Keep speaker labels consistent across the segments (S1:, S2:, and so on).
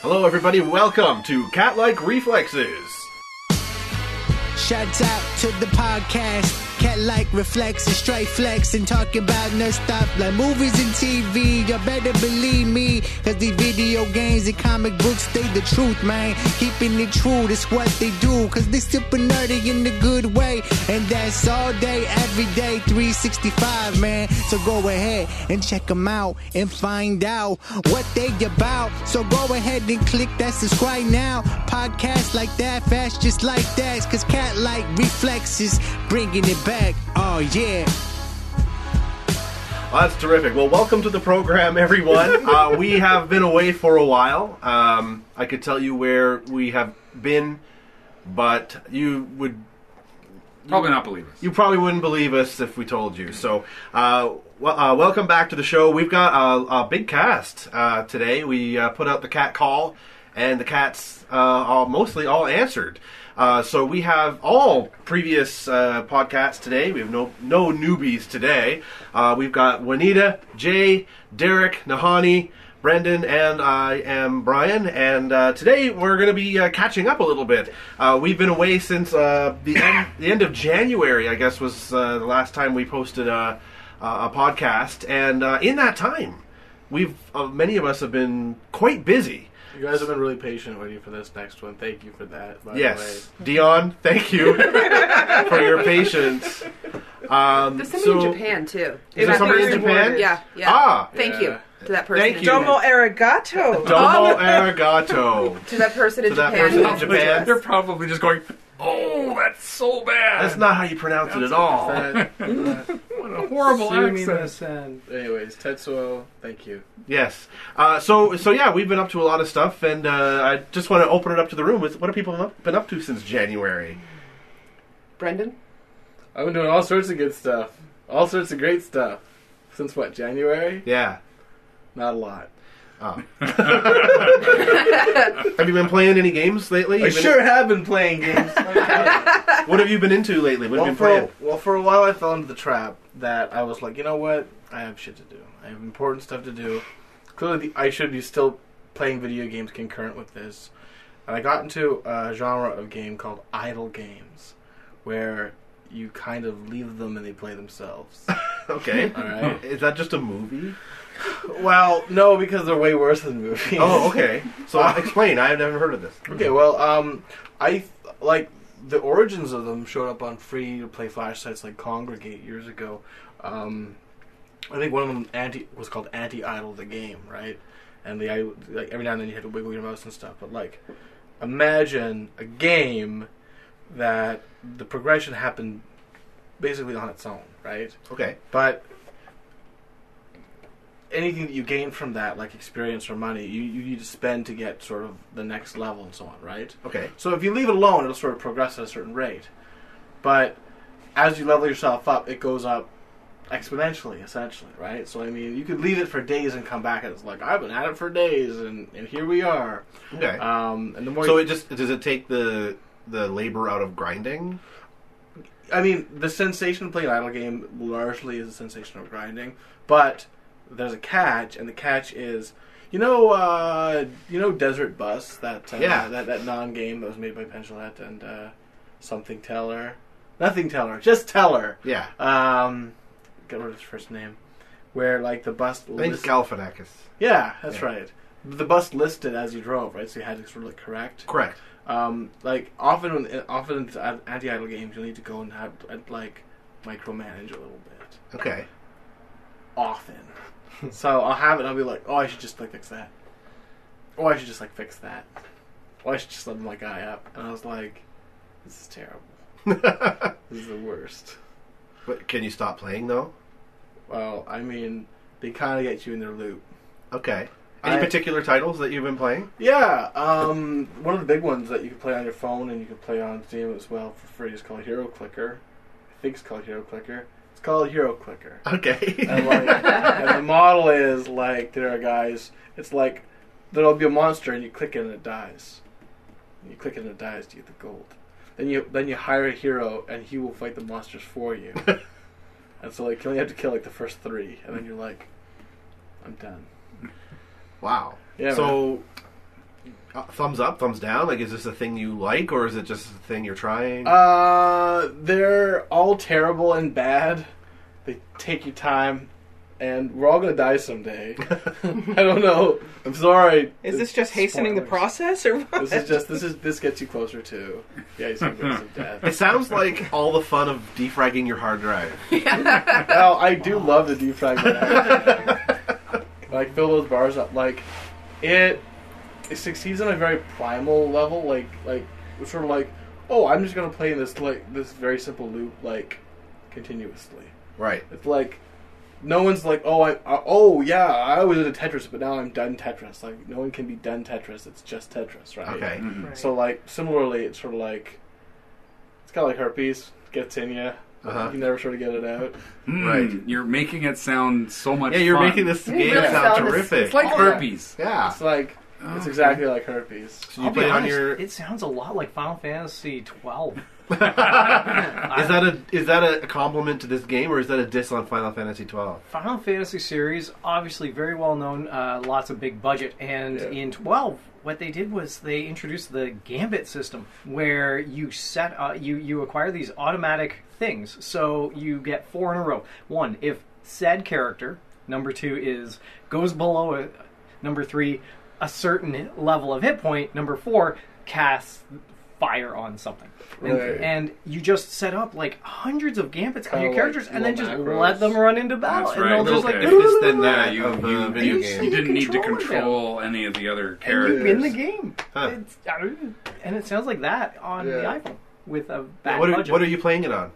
S1: Hello, everybody. Welcome to Cat Like Reflexes.
S2: Shouts out to the podcast. Cat like reflexes, straight flexing, talking about no stuff like movies and TV. You better believe me, cause these video games and comic books, they the truth, man. Keeping it true, that's what they do, cause they super nerdy in the good way. And that's all day, every day, 365, man. So go ahead and check them out and find out what they about. So go ahead and click that subscribe now. Podcast like that, fast just like that, cause cat like reflexes, bringing it back. Oh, yeah.
S1: Well, that's terrific. Well, welcome to the program, everyone. uh, we have been away for a while. Um, I could tell you where we have been, but you would
S3: Probably not believe us.
S1: you probably wouldn't believe us if we told you. So, uh, well, uh, welcome back to the show. We've got a, a big cast uh, today. We uh, put out the cat call, and the cats uh, are mostly all answered. Uh, so we have all previous uh, podcasts today. We have no no newbies today. Uh, we've got Juanita, Jay, Derek, Nahani, Brendan and I am Brian, and uh, today we're going to be uh, catching up a little bit. Uh, we've been away since uh, the end, the end of January, I guess, was uh, the last time we posted a, a podcast, and uh, in that time, we've uh, many of us have been quite busy.
S4: You guys have been really patient waiting for this next one. Thank you for that. By
S1: Yes, Dion, thank you for your patience. Um,
S5: There's somebody
S1: so-
S5: in Japan too.
S1: Is there
S5: That
S1: somebody in
S5: person-
S1: Japan?
S5: Yeah, yeah.
S1: Ah,
S5: Thank
S4: Yeah.
S5: you to that person.
S1: Thank
S5: in
S1: you.
S5: Japan.
S6: Domo arigato.
S1: domo arigato.
S5: To that person in
S1: To that
S5: Japan.
S1: person in
S5: who-
S1: Japan.
S3: They're probably just going, oh, that's so bad.
S1: That's not how you pronounce it at all.
S4: the way. That-
S3: what a horrible accent.
S4: anyways, Tetsuo, thank you.
S1: Yes. Uh, so so yeah, we've been up to a lot of stuff, and uh, I just want to open it up to the room with what have people up- been up to since January?
S5: Brendan?
S4: I've been doing all sorts of good stuff, all sorts of great stuff. Since what January?
S1: Yeah.
S4: Not a lot.
S1: Oh. have you been playing any games lately?
S4: I
S1: You've been-
S4: sure have been playing games.
S1: What have you been into lately? What have
S4: well,
S1: you been
S4: for a,
S1: playing?
S4: well, for a while I fell into the trap that I was like, you know what? I have shit to do. I have important stuff to do. Clearly, the, I should be still playing video games concurrent with this. And I got into a genre of game called idle games, where you kind of leave them and they play themselves.
S1: Okay.
S4: All right.
S1: Is that just a movie?
S4: well, no, because they're way worse than movies.
S1: Oh, okay. So explain. I have never heard of this.
S4: Okay, well, um, I th- like the origins of them showed up on free to play flash sites like Congregate years ago. Um, I think one of them anti was called Anti Idle the game, right? And the I like every now and then you had to wiggle your mouse and stuff, but like imagine a game that the progression happened basically on its own, right?
S1: Okay.
S4: But anything that you gain from that, like experience or money, you, you need to spend to get sort of the next level and so on, right?
S1: Okay.
S4: So if you leave it alone, it'll sort of progress at a certain rate. But as you level yourself up, it goes up exponentially, essentially, right? So I mean, you could leave it for days and come back and it's like I've been at it for days, and, and here we are.
S1: Okay.
S4: Um, and the more
S1: So
S4: you-
S1: it just does it take the the labor out of grinding?
S4: I mean, the sensation of playing an idle game largely is a sensation of grinding, but there's a catch, and the catch is, you know, uh, you know, Desert Bus, that uh,
S1: Yeah.
S4: that that non-game that was made by Penchalet and uh, something Teller, nothing Teller, just Teller.
S1: Yeah.
S4: Um, get rid of his first name, where like the bus.
S1: I think
S4: list-
S1: it's Galifianakis.
S4: yeah, that's
S1: Yeah.
S4: right. The bus listed as you drove, right? So you had to sort of like correct.
S1: Correct.
S4: Um, like often, when, often in anti-idle games, you'll need to go and have like micromanage a little bit.
S1: Okay.
S4: Often, so I'll have it. and I'll be like, oh, I should just like fix that. Oh, I should just like fix that. Oh, I should just level my guy up. And I was like, this is terrible.
S1: but
S4: This is the worst.
S1: can you stop playing though?
S4: Well, I mean, they kind of get you in their loop.
S1: Okay. Any
S4: I-
S1: particular titles that you've been playing?
S4: Yeah, um, one of the big ones that you can play on your phone and you can play on Steam as well for free is called Hero Clicker. I think it's called Hero Clicker. It's called Hero Clicker. and
S1: Okay.
S4: like and the model is like there are guys it's like there'll be a monster and you click it and it dies you click it and it dies to get the gold then you then you hire a hero and he will fight the monsters for you and so like you only have to kill like the first three and then you're like i'm done
S1: wow.
S4: Yeah,
S1: so uh, thumbs up, thumbs down? Like, is this a thing you like, or is it just a thing you're trying?
S4: Uh, they're all terrible and bad. They take your time, and we're all gonna die someday. I don't know. I'm sorry.
S6: Is this just hastening the
S4: Spoilers.
S6: process or what?
S4: This is just this is this gets you closer to the icing grace of
S1: it
S4: death.
S1: sounds like all the fun of defragging your hard drive.
S4: Now oh, I do love the defragment. like fill those bars up. Like it, it succeeds on a very primal level. Like like sort of like oh I'm just gonna play this like this very simple loop like continuously.
S1: right.
S4: It's like no one's like, oh, I, I oh yeah, I was into Tetris, but now I'm done Tetris. Like no one can be done Tetris. It's just Tetris, right?
S1: Okay.
S6: Right.
S4: So like similarly, it's sort of like it's kind of like herpes gets in you.
S1: Uh-huh.
S4: You never sort of get it out.
S1: Right.
S3: Mm, You're making it sound so much
S1: Yeah, you're
S3: fun.
S1: making this game
S5: Yeah.
S1: sound
S5: It's-
S1: terrific.
S5: it's like-
S3: herpes.
S1: yeah.
S4: It's like it's
S3: Okay.
S4: exactly like herpes.
S1: Oh, So you play it on your. Is
S7: It sounds a lot like Final Fantasy twelve.
S1: that a is that a compliment to this game, or is that a diss on Final Fantasy twelve?
S7: Final Fantasy series, obviously very well known, uh, lots of big budget, and
S4: Yeah.
S7: in twelve, what they did was they introduced the gambit system, where you set uh, you you acquire these automatic things. So you get four in a row. One, if said character number two is goes below a, number three a certain level of hit point. Number four casts fire on something, and,
S4: Right.
S7: and you just set up like hundreds of gambits on
S4: Kinda
S7: your
S4: like
S7: characters, and then
S4: little
S7: just
S4: macros.
S7: let them run into battle,
S3: That's
S7: and
S3: right.
S7: they'll just
S3: Okay.
S7: like
S3: If
S1: This then that
S3: You,
S1: of
S3: you,
S1: the video
S3: you
S1: game.
S3: didn't need to
S7: control them.
S3: control any of the other
S7: you win
S3: characters.
S7: the game.
S1: Huh.
S7: It's, I don't- and it sounds like that on the
S4: Yeah.
S7: iPhone with a bad
S1: What are,
S7: budget.
S1: what are you playing it on?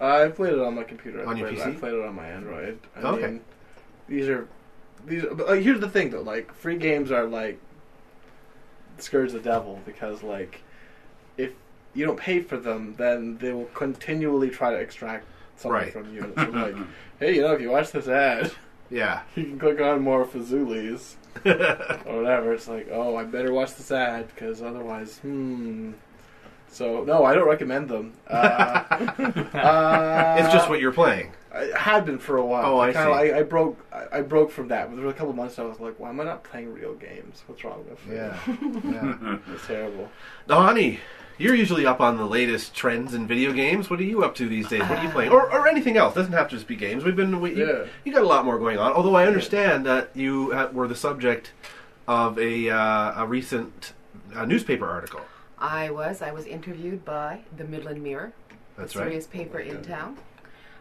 S4: I played it on my computer. I
S1: On your
S4: played,
S1: PC?
S4: I played it on my Android. I
S1: Okay.
S4: mean, these are these. Are, but, like, here's the thing though. Like free games are like scourge of the devil because like if you don't pay for them, then they will continually try to extract something
S1: Right.
S4: from you. And it's sort of like, hey, you know, if you watch this ad,
S1: Yeah.
S4: you can click on more Fazoolis or whatever. It's like, oh, I better watch this ad because otherwise, hmm. So no, I don't recommend them. Uh, uh,
S1: it's just what you're playing.
S4: I had been for a while.
S1: Oh, I
S4: kinda,
S1: see.
S4: I, I broke. I, I broke from that. But there were a couple months I was like, "Why am I not playing real games? What's wrong with me?"
S1: Yeah. yeah.
S4: it's terrible.
S1: Now, honey, you're usually up on the latest trends in video games. What are you up to these days? What are you playing, or, or anything else? Doesn't have to just be games. We've been we,
S4: Yeah.
S1: you, you got a lot more going on. Although I understand that you uh, were the subject of a uh, a recent uh, newspaper article.
S5: I was. I was interviewed by the Midland Mirror,
S1: That's
S5: the
S1: right. Oh
S5: serious paper in town,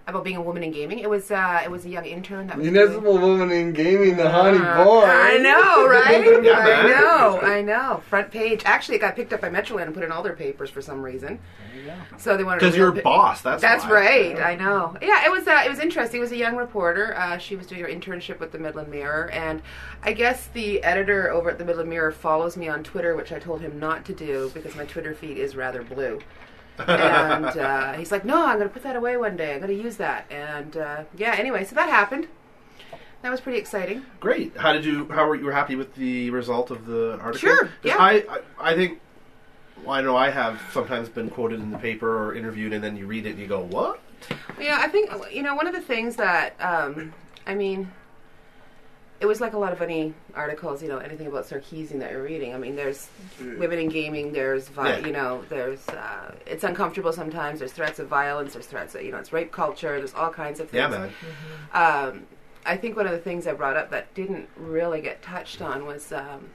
S5: about being a woman in gaming. It was. Uh, it was a young intern that was. doing-
S4: Municipal woman in gaming, the honey
S5: Uh,
S4: boy.
S5: I know, right?
S1: Yeah,
S5: I
S1: man.
S5: know, I know. Front page. Actually, it got picked up by Metroland and put in all their papers for some reason. So they wanted to
S1: Because you're a
S5: reel it-
S1: boss. That's
S5: That's
S1: why.
S5: right. I know. Yeah, it was. Uh, it was interesting. It was a young reporter. Uh, she was doing her internship with the Midland Mirror, and I guess the editor over at the Midland Mirror follows me on Twitter, which I told him not to do because my Twitter feed is rather blue. and uh, he's like, "No, I'm going to put that away one day. I'm going to use that." And uh, yeah, anyway, so that happened. That was pretty exciting.
S1: Great. How did you? How were you happy with the result of the article?
S5: Sure,
S1: 'Cause
S5: yeah.
S1: I, I I think. well, I know I have sometimes been quoted in the paper or interviewed, and then you read it and you go, "What?"
S5: Yeah, I think you know one of the things that um, I mean, it was like a lot of any articles, you know, anything about Sarkeesian that you're reading. I mean, there's women in gaming, there's vi-
S1: Mm. Yeah.
S5: you know, there's uh, it's uncomfortable sometimes. There's threats of violence, there's threats, of, you know, it's rape culture. There's all kinds of things.
S1: Yeah, man.
S5: Um, I think one of the things I brought up that didn't really get touched on was, um,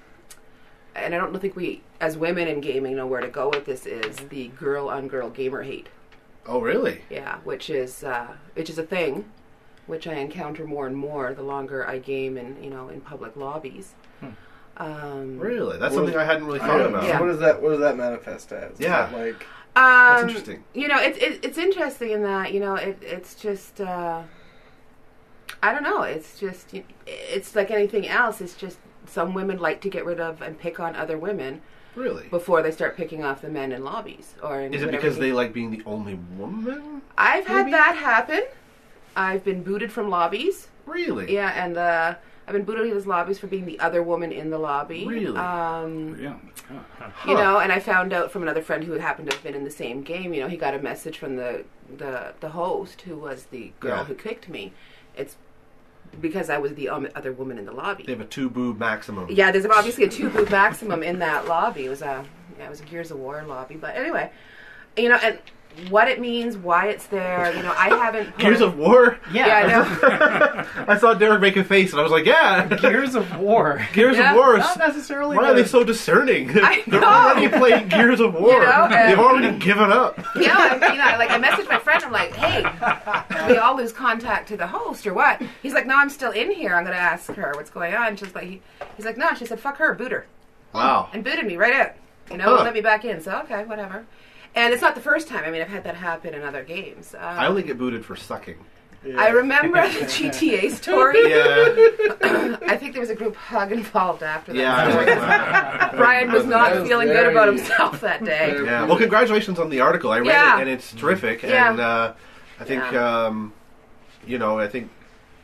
S5: and I don't think we as women in gaming know where to go with this is
S1: Mm-hmm.
S5: the girl on girl gamer hate.
S1: Oh, really?
S5: Yeah, which is uh, which is a thing, which I encounter more and more the longer I game in you know in public lobbies.
S1: Hmm.
S5: Um,
S1: Really? That's
S4: Well,
S1: something I hadn't really thought
S4: Yeah.
S1: about.
S5: Yeah.
S4: What does that? What does that manifest as? Is
S1: Yeah.
S4: that, like
S5: That's
S1: interesting.
S5: um, You know, it's it, it's interesting in that you know it, it's just uh, I don't know. It's just y- it's like anything else. It's just some women like to get rid of and pick on other women
S1: Really?
S5: before they start picking off the men in lobbies or in
S1: Is it
S5: whatever
S1: because
S5: game.
S1: they like being the only woman?
S5: I've had that happen. I've been booted from lobbies.
S1: Really?
S5: Yeah, and the I've been booted in his lobbies for being the other woman in the lobby.
S1: Really?
S5: Um,
S3: Yeah. yeah.
S1: Huh.
S5: You know, and I found out from another friend who happened to have been in the same game. You know, he got a message from the the the host who was the girl
S1: Yeah.
S5: who kicked me. It's because I was the um, other woman in the lobby.
S1: They have a two boob maximum.
S5: Yeah, there's obviously a two booth maximum in that lobby. It was a yeah, it was a Gears of War lobby, but anyway, you know, and what it means, why it's there. You know, I haven't. put-
S1: Gears of War.
S7: Yeah,
S5: Yeah, I know.
S1: I saw Derek make a face, and I was like, "Yeah,
S7: Gears of War.
S1: Gears
S5: Yeah, Oh,
S1: of War." is-
S7: Not necessarily.
S1: Why are
S7: the-
S1: they so discerning?
S5: I
S1: They're
S5: know.
S1: already playing Gears of War.
S5: You know, and-
S1: They've already given up.
S5: yeah, I, you know, like I messaged my friend. I'm like, hey, did we all lose contact to the host or what? He's like, no, I'm still in here. I'm gonna ask her what's going on. She's like, he, he's like, no. She said, fuck her, boot her,
S1: Wow.
S5: and booted me right out. You know,
S1: Huh.
S5: won't let me back in. So okay, whatever. And it's not the first time. I mean, I've had that happen in other games. Um,
S1: I only get booted for sucking.
S5: I remember the GTA story.
S1: Yeah.
S5: I think there was a group hug involved after that.
S1: Yeah. I was like, wow.
S5: Brian was not
S4: That was
S5: feeling good about
S4: very-
S5: himself that day.
S1: Yeah. Well, congratulations on the article. I read
S5: Yeah. Mm-hmm.
S1: it, and it's terrific.
S5: Yeah.
S1: And uh, I think, um, you know, I think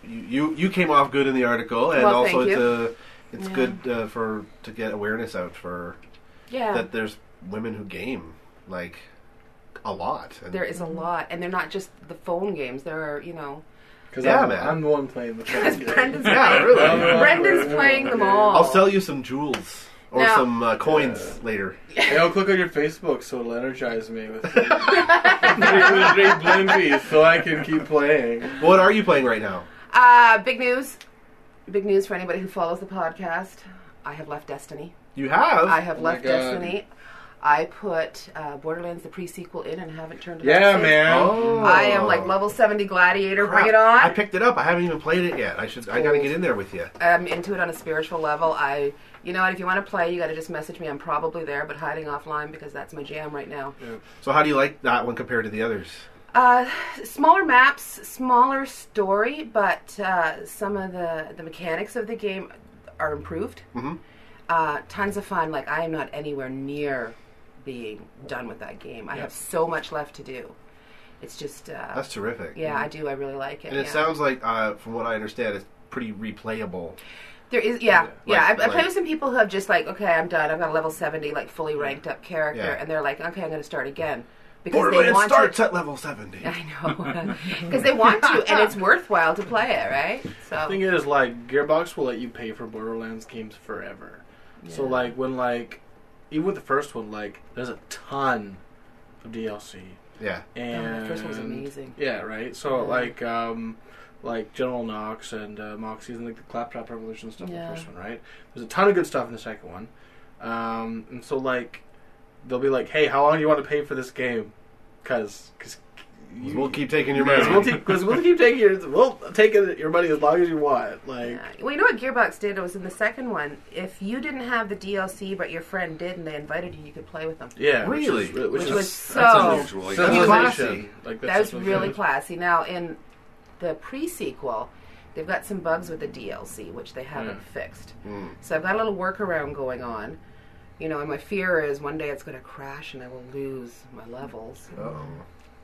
S1: you, you you came off good in the article, and
S5: Well,
S1: also
S5: thank
S1: it's
S5: you.
S1: a, it's
S5: Yeah.
S1: good uh, for to get awareness out for
S5: Yeah.
S1: that there's women who game like a lot. And
S5: There is a lot, and they're not just the phone games. There are, you know,
S4: Because
S1: Yeah,
S4: I'm,
S1: man.
S4: I'm the one playing the
S5: because
S4: phone game.
S5: Brendan's
S1: Yeah,
S5: playing,
S1: really.
S5: Brendan's playing them all.
S1: I'll sell you some jewels or
S5: Now-
S1: some uh, coins later.
S4: Hey, I'll click on your Facebook so it'll energize me with three, with three blimpies so I can keep playing.
S1: What are you playing right now?
S5: Uh, big news, big news for anybody who follows the podcast. I have left Destiny.
S1: You have.
S5: I have
S4: Oh my
S5: left
S4: God.
S5: Destiny. I put uh, Borderlands the prequel in and haven't turned it.
S4: Yeah,
S5: up since.
S4: man.
S1: Oh.
S5: I am like level seventy gladiator.
S1: Crap.
S5: Bring it on.
S1: I picked it up. I haven't even played it yet. I should. I gotta get in there with you.
S5: I'm into it on a spiritual level. I, you know, what, if you want to play, you got to just message me. I'm probably there, but hiding offline because that's my jam right now.
S1: So how do you like that one compared to the others?
S5: Uh, smaller maps, smaller story, but uh, some of the the mechanics of the game are improved. Mm-hmm. Uh, tons of fun. Like I am not anywhere near being done with that game. I have so much left to do. It's just, uh,
S1: That's terrific.
S5: yeah, I do. I really like it.
S1: And it
S5: yeah.
S1: sounds like, uh, from what I understand, it's pretty replayable.
S5: There is, yeah, yeah.
S1: Like-
S5: I, I play
S1: like-
S5: with some people who have just like, okay, I'm done. I've got a level seventy, like fully ranked up character,
S1: Yeah.
S5: and they're like, okay, I'm going to start again because they
S1: Borderlands
S5: want
S1: starts
S5: to.
S1: at level seventy.
S5: I know, because they want to, and it's worthwhile to play it, right? So
S4: thing is, like, Gearbox will let you pay for Borderlands games forever. So,
S5: Yeah.
S4: like, when, like, even with the first one, like, there's a ton of DLC.
S1: Yeah.
S4: And
S5: that first one's amazing.
S4: Yeah, right? So, like, um, like General Knox and uh, Moxie's and like the Claptrap Revolution stuff in
S5: Yeah.
S4: the first one, right? There's a ton of good stuff in the second one. Um, and so, like, they'll be like, hey, how long do you want to pay for this game? Because.
S1: We'll keep taking your
S4: Because we'll,
S1: money.
S4: take, 'cause we'll keep taking your we'll take it- your money as long as you want. Like
S5: Yeah. Well, you know what Gearbox did was in the second one. If you didn't have the DLC, but your friend did, and they invited you, you could play with them.
S4: yeah,
S1: Really?
S4: which, is,
S5: Which was so-
S3: That's unusual. I guess.
S1: That's
S4: civilization. Like
S5: That was
S4: just what-
S5: really classy. Now in the pre sequel, they've got some bugs with the DLC which they haven't fixed. So I've got a little workaround going on. You know, and my fear is one day it's going to crash and I will lose my levels.
S1: Oh,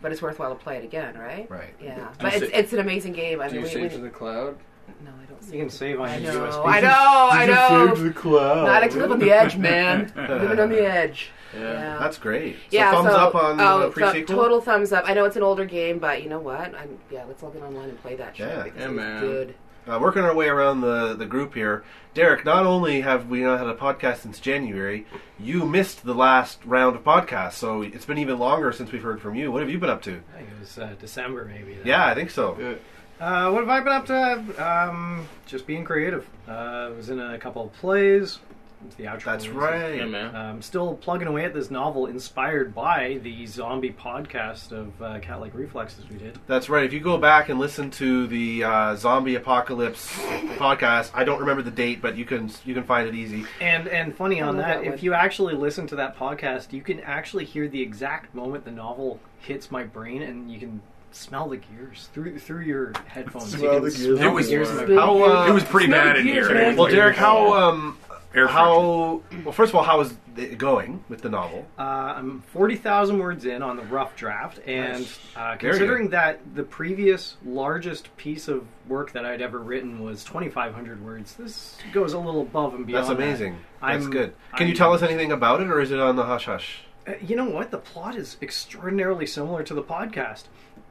S5: But it's worthwhile to play it again, right?
S1: right.
S5: Yeah,
S4: you
S5: but it's,
S4: sa-
S5: it's an amazing game. I
S4: Do
S5: mean,
S4: you
S5: we,
S4: save
S5: we,
S4: to the cloud?
S5: no, I don't.
S7: You
S5: See
S7: can save on
S5: I
S7: your
S5: know,
S7: USB.
S5: I know, I know.
S4: the cloud.
S5: I like to live on the edge, man. Living on the edge. Yeah.
S1: That's great. So
S5: Yeah,
S1: thumbs
S5: so-
S1: up on uh,
S5: oh,
S1: the
S5: th-
S1: pre-sequel.
S5: total thumbs up. I know it's an older game, but you know what? I'm, yeah, let's all get online and play that shit
S1: Yeah.
S5: because
S4: Yeah,
S5: it's
S4: man.
S5: good.
S1: Uh, working our way around the, the group here, Derek. Not only have we not had a podcast since January, you missed the last round of podcasts, so it's been even longer since we've heard from you. What have you been up to?
S7: I think it was uh, December maybe. then.
S1: Yeah, I think so.
S4: Yeah.
S7: Uh, what have I been up to? Um, just being creative. Uh, I was in a couple of plays. It's the outro.
S1: That's
S7: releases.
S1: right.
S4: Yeah, man.
S7: Um, still plugging away at this novel inspired by the zombie podcast of uh, Cat Like Reflexes we did.
S1: That's right. If you go back and listen to the uh, zombie apocalypse podcast, I don't remember the date, but you can you can find it easy.
S7: And and funny on
S5: love
S7: that,
S5: that one.
S7: if you actually listen to that podcast, you can actually hear the exact moment the novel hits my brain, and you can smell the gears through through your headphones.
S4: Smell
S7: you
S4: the
S7: can
S4: gears.
S7: smell
S4: It
S7: the
S4: was-
S7: gears in my
S5: Spoon
S1: How
S5: gears.
S1: uh,
S3: It was pretty
S5: Smell
S3: bad
S5: the
S3: in
S5: gears,
S3: here.
S5: man.
S1: well, Derek. How um
S3: Air
S1: how well? First of all, how is it going with the novel?
S7: Uh, I'm 40,000 words in on the rough draft, and uh,
S1: Very
S7: considering
S1: good.
S7: that the previous largest piece of work that I'd ever written was 2,500 words, this goes a little above and beyond.
S1: That's amazing.
S7: that.
S1: That's
S7: I'm-
S1: good. Can you
S7: I'm-
S1: tell us anything about it, or is it on the hush hush?
S7: Uh, You know what? The plot is extraordinarily similar to the podcast.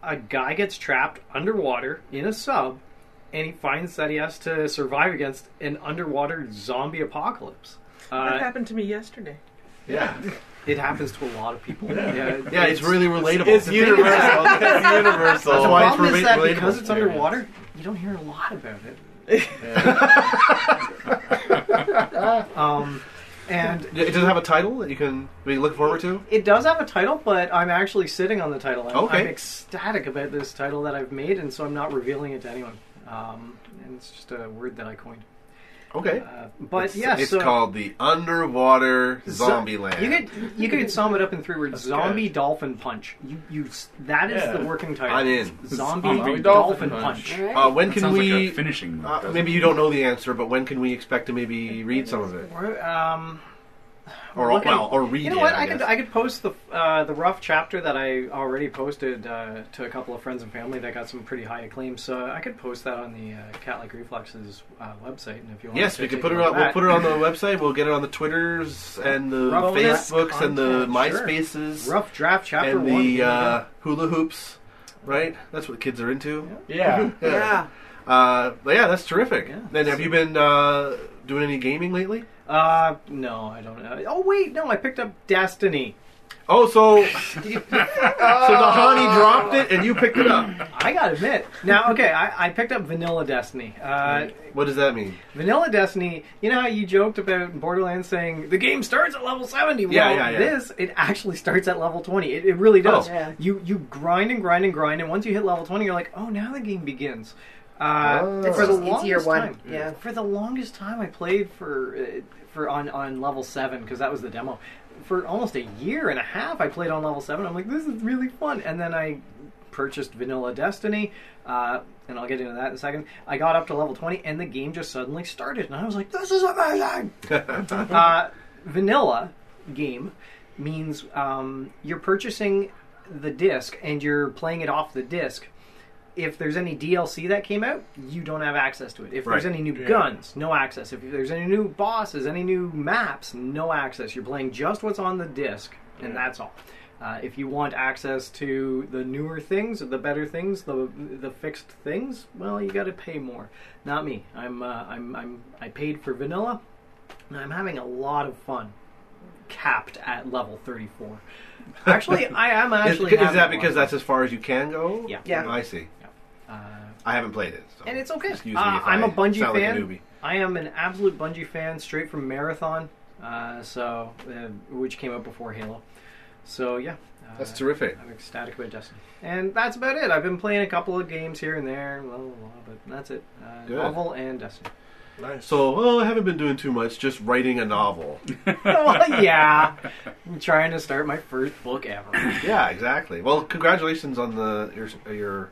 S7: A guy gets trapped underwater in a sub, and he finds that he has to survive against an underwater zombie apocalypse.
S6: that
S7: Uh,
S6: happened to me yesterday.
S1: Yeah,
S7: it happens to a lot of people. Yeah,
S1: yeah, it's really relatable.
S4: It's universal. it's universal.
S1: That's why-
S7: The
S1: it's
S7: problem is
S1: relate-
S7: that
S1: relatable
S7: because it's
S1: experience.
S7: underwater, you don't hear a lot about it. um, and
S1: Yeah, It doesn't have a title that you can we look forward to.
S7: It does have a title, but I'm actually sitting on the title. I'm,
S1: Okay.
S7: I'm ecstatic about this title that I've made, and so I'm not revealing it to anyone. Um, and it's just a word that I coined.
S1: Okay,
S7: Uh, but
S1: it's,
S7: yeah,
S1: it's
S7: so
S1: called the Underwater
S7: zo-
S1: Zombie Land.
S7: You could you could sum it up in three words: zombie dolphin punch. You you s- that is
S4: Yeah.
S7: the working title.
S1: I'm in.
S7: Zombie,
S4: Zombie dolphin
S7: dolphin, punch.
S5: All right.
S1: uh, when
S3: That
S1: can
S3: sounds
S1: we?
S3: like a finishing move.
S1: uh,
S3: doesn't
S1: maybe you don't know the answer, but when can we expect to maybe read some of it,
S7: We're, um,
S1: or
S7: Look,
S1: well, or read
S7: you know
S1: it?
S7: what?
S1: I
S7: I could
S1: guess.
S7: I could post the uh, the rough chapter that I already posted uh, to a couple of friends and family that got some pretty high acclaim. So I could post that on the uh, Cat Like Reflexes uh, website, and if you want,
S1: Yes,
S7: to
S1: we can
S7: take
S1: put
S7: a
S1: it
S7: look
S1: on.
S7: at
S1: We'll
S7: that-
S1: put it on the website. We'll get it on the Twitters and the
S7: Bonus
S1: Facebooks and the
S7: content, sure.
S1: MySpaces
S7: rough draft chapter
S1: and
S7: one.
S1: the uh, hula hoops. Right, that's what kids are into.
S4: yeah.
S5: Yeah.
S1: Uh, but yeah, that's terrific.
S7: Yeah.
S1: Then have you been uh, doing any gaming lately?
S7: uh, no, I don't know. Oh wait, no, I picked up Destiny.
S1: Oh, so so Nahani dropped it and you picked it up.
S7: I gotta admit, now okay, I, I picked up Vanilla Destiny. Uh,
S1: What does that mean?
S7: Vanilla Destiny, you know how you joked about Borderlands saying the game starts at level 70?
S1: Yeah,
S7: well,
S1: yeah, yeah.
S7: this, it actually starts at level 20. It, it really does.
S1: Oh.
S6: Yeah.
S7: You you grind and grind and grind, and once you hit level 20, you're like, oh, now the game begins. Uh,
S1: Oh.
S5: That's
S7: For the
S5: just easier
S7: longest
S5: one.
S7: time,
S5: Yeah.
S7: for the longest time, I played for uh, for on, on level seven because that was the demo. For almost a year and a half, I played on level seven. I'm like, this is really fun. And then I purchased Vanilla Destiny, uh, and I'll get into that in a second. I got up to level twenty, and the game just suddenly started, and I was like, this is amazing. uh, vanilla game means um, you're purchasing the disc and you're playing it off the disc. If there's any DLC that came out, you don't have access to it. If there's
S1: Right.
S7: any new guns, no access. If there's any new bosses, any new maps, no access. You're playing just what's on the disc, and that's all. Uh, if you want access to the newer things, the better things, the the fixed things, well, you got to pay more. Not me. I'm uh, I'm I'm I paid for vanilla. And I'm having a lot of fun, capped at level 34. Actually, I am
S1: Is,
S7: actually.
S1: is
S7: having
S1: that
S7: a lot
S1: because
S7: of
S1: that's as far as you can go?
S7: Yeah.
S6: Yeah.
S1: I see.
S7: fun. Uh,
S1: I haven't played it, so
S7: and it's okay.
S1: excuse me.
S7: Uh,
S1: if
S7: I'm
S1: I
S7: a Bungie
S1: sound like
S7: fan.
S1: newbie.
S7: I am an absolute Bungie fan, straight from Marathon, uh, so uh, which came out before Halo. So yeah, uh,
S1: That's terrific.
S7: I'm ecstatic about Destiny, and that's about it. I've been playing a couple of games here and there, blah blah blah, but that's it. Uh,
S1: Good.
S7: novel and Destiny.
S4: Nice.
S1: So, oh, I haven't been doing too much, just writing a novel.
S7: well, Oh, yeah, I'm trying to start my first book ever.
S1: yeah, exactly. Well, congratulations on the your your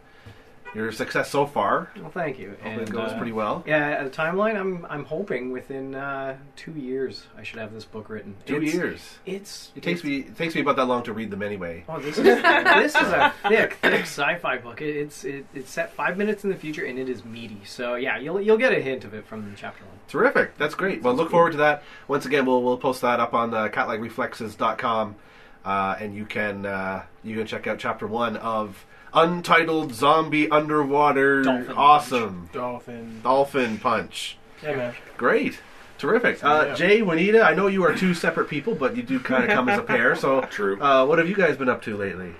S1: your success so far.
S7: Well, thank you.
S1: Hope it
S7: And,
S1: goes
S7: uh,
S1: pretty well.
S7: Yeah, a timeline. I'm I'm hoping within uh, two years I should have this book written.
S1: Two
S7: It's-
S1: years.
S7: It's
S1: It takes me it takes me about that long to read them anyway.
S7: Oh, this is this is a thick, thick sci-fi book. It, it's it, it's set five minutes in the future and it is meaty. So yeah, you'll you'll get a hint of it from chapter one.
S1: Terrific. That's great. Well, look forward to that. Once again, we'll we'll post that up on uh, catlikereflexes.com, uh, and you can uh, you can check out chapter one of Untitled Zombie Underwater
S7: Dolphin
S1: Awesome
S4: Dolphin.
S1: Dolphin Punch.
S4: Yeah, man.
S1: Great. Terrific. Uh,
S4: Yeah.
S1: Jay, Juanita, I know you are two separate people, but you do kind of come as a pair. So,
S3: True.
S1: Uh, what have you guys been up to lately?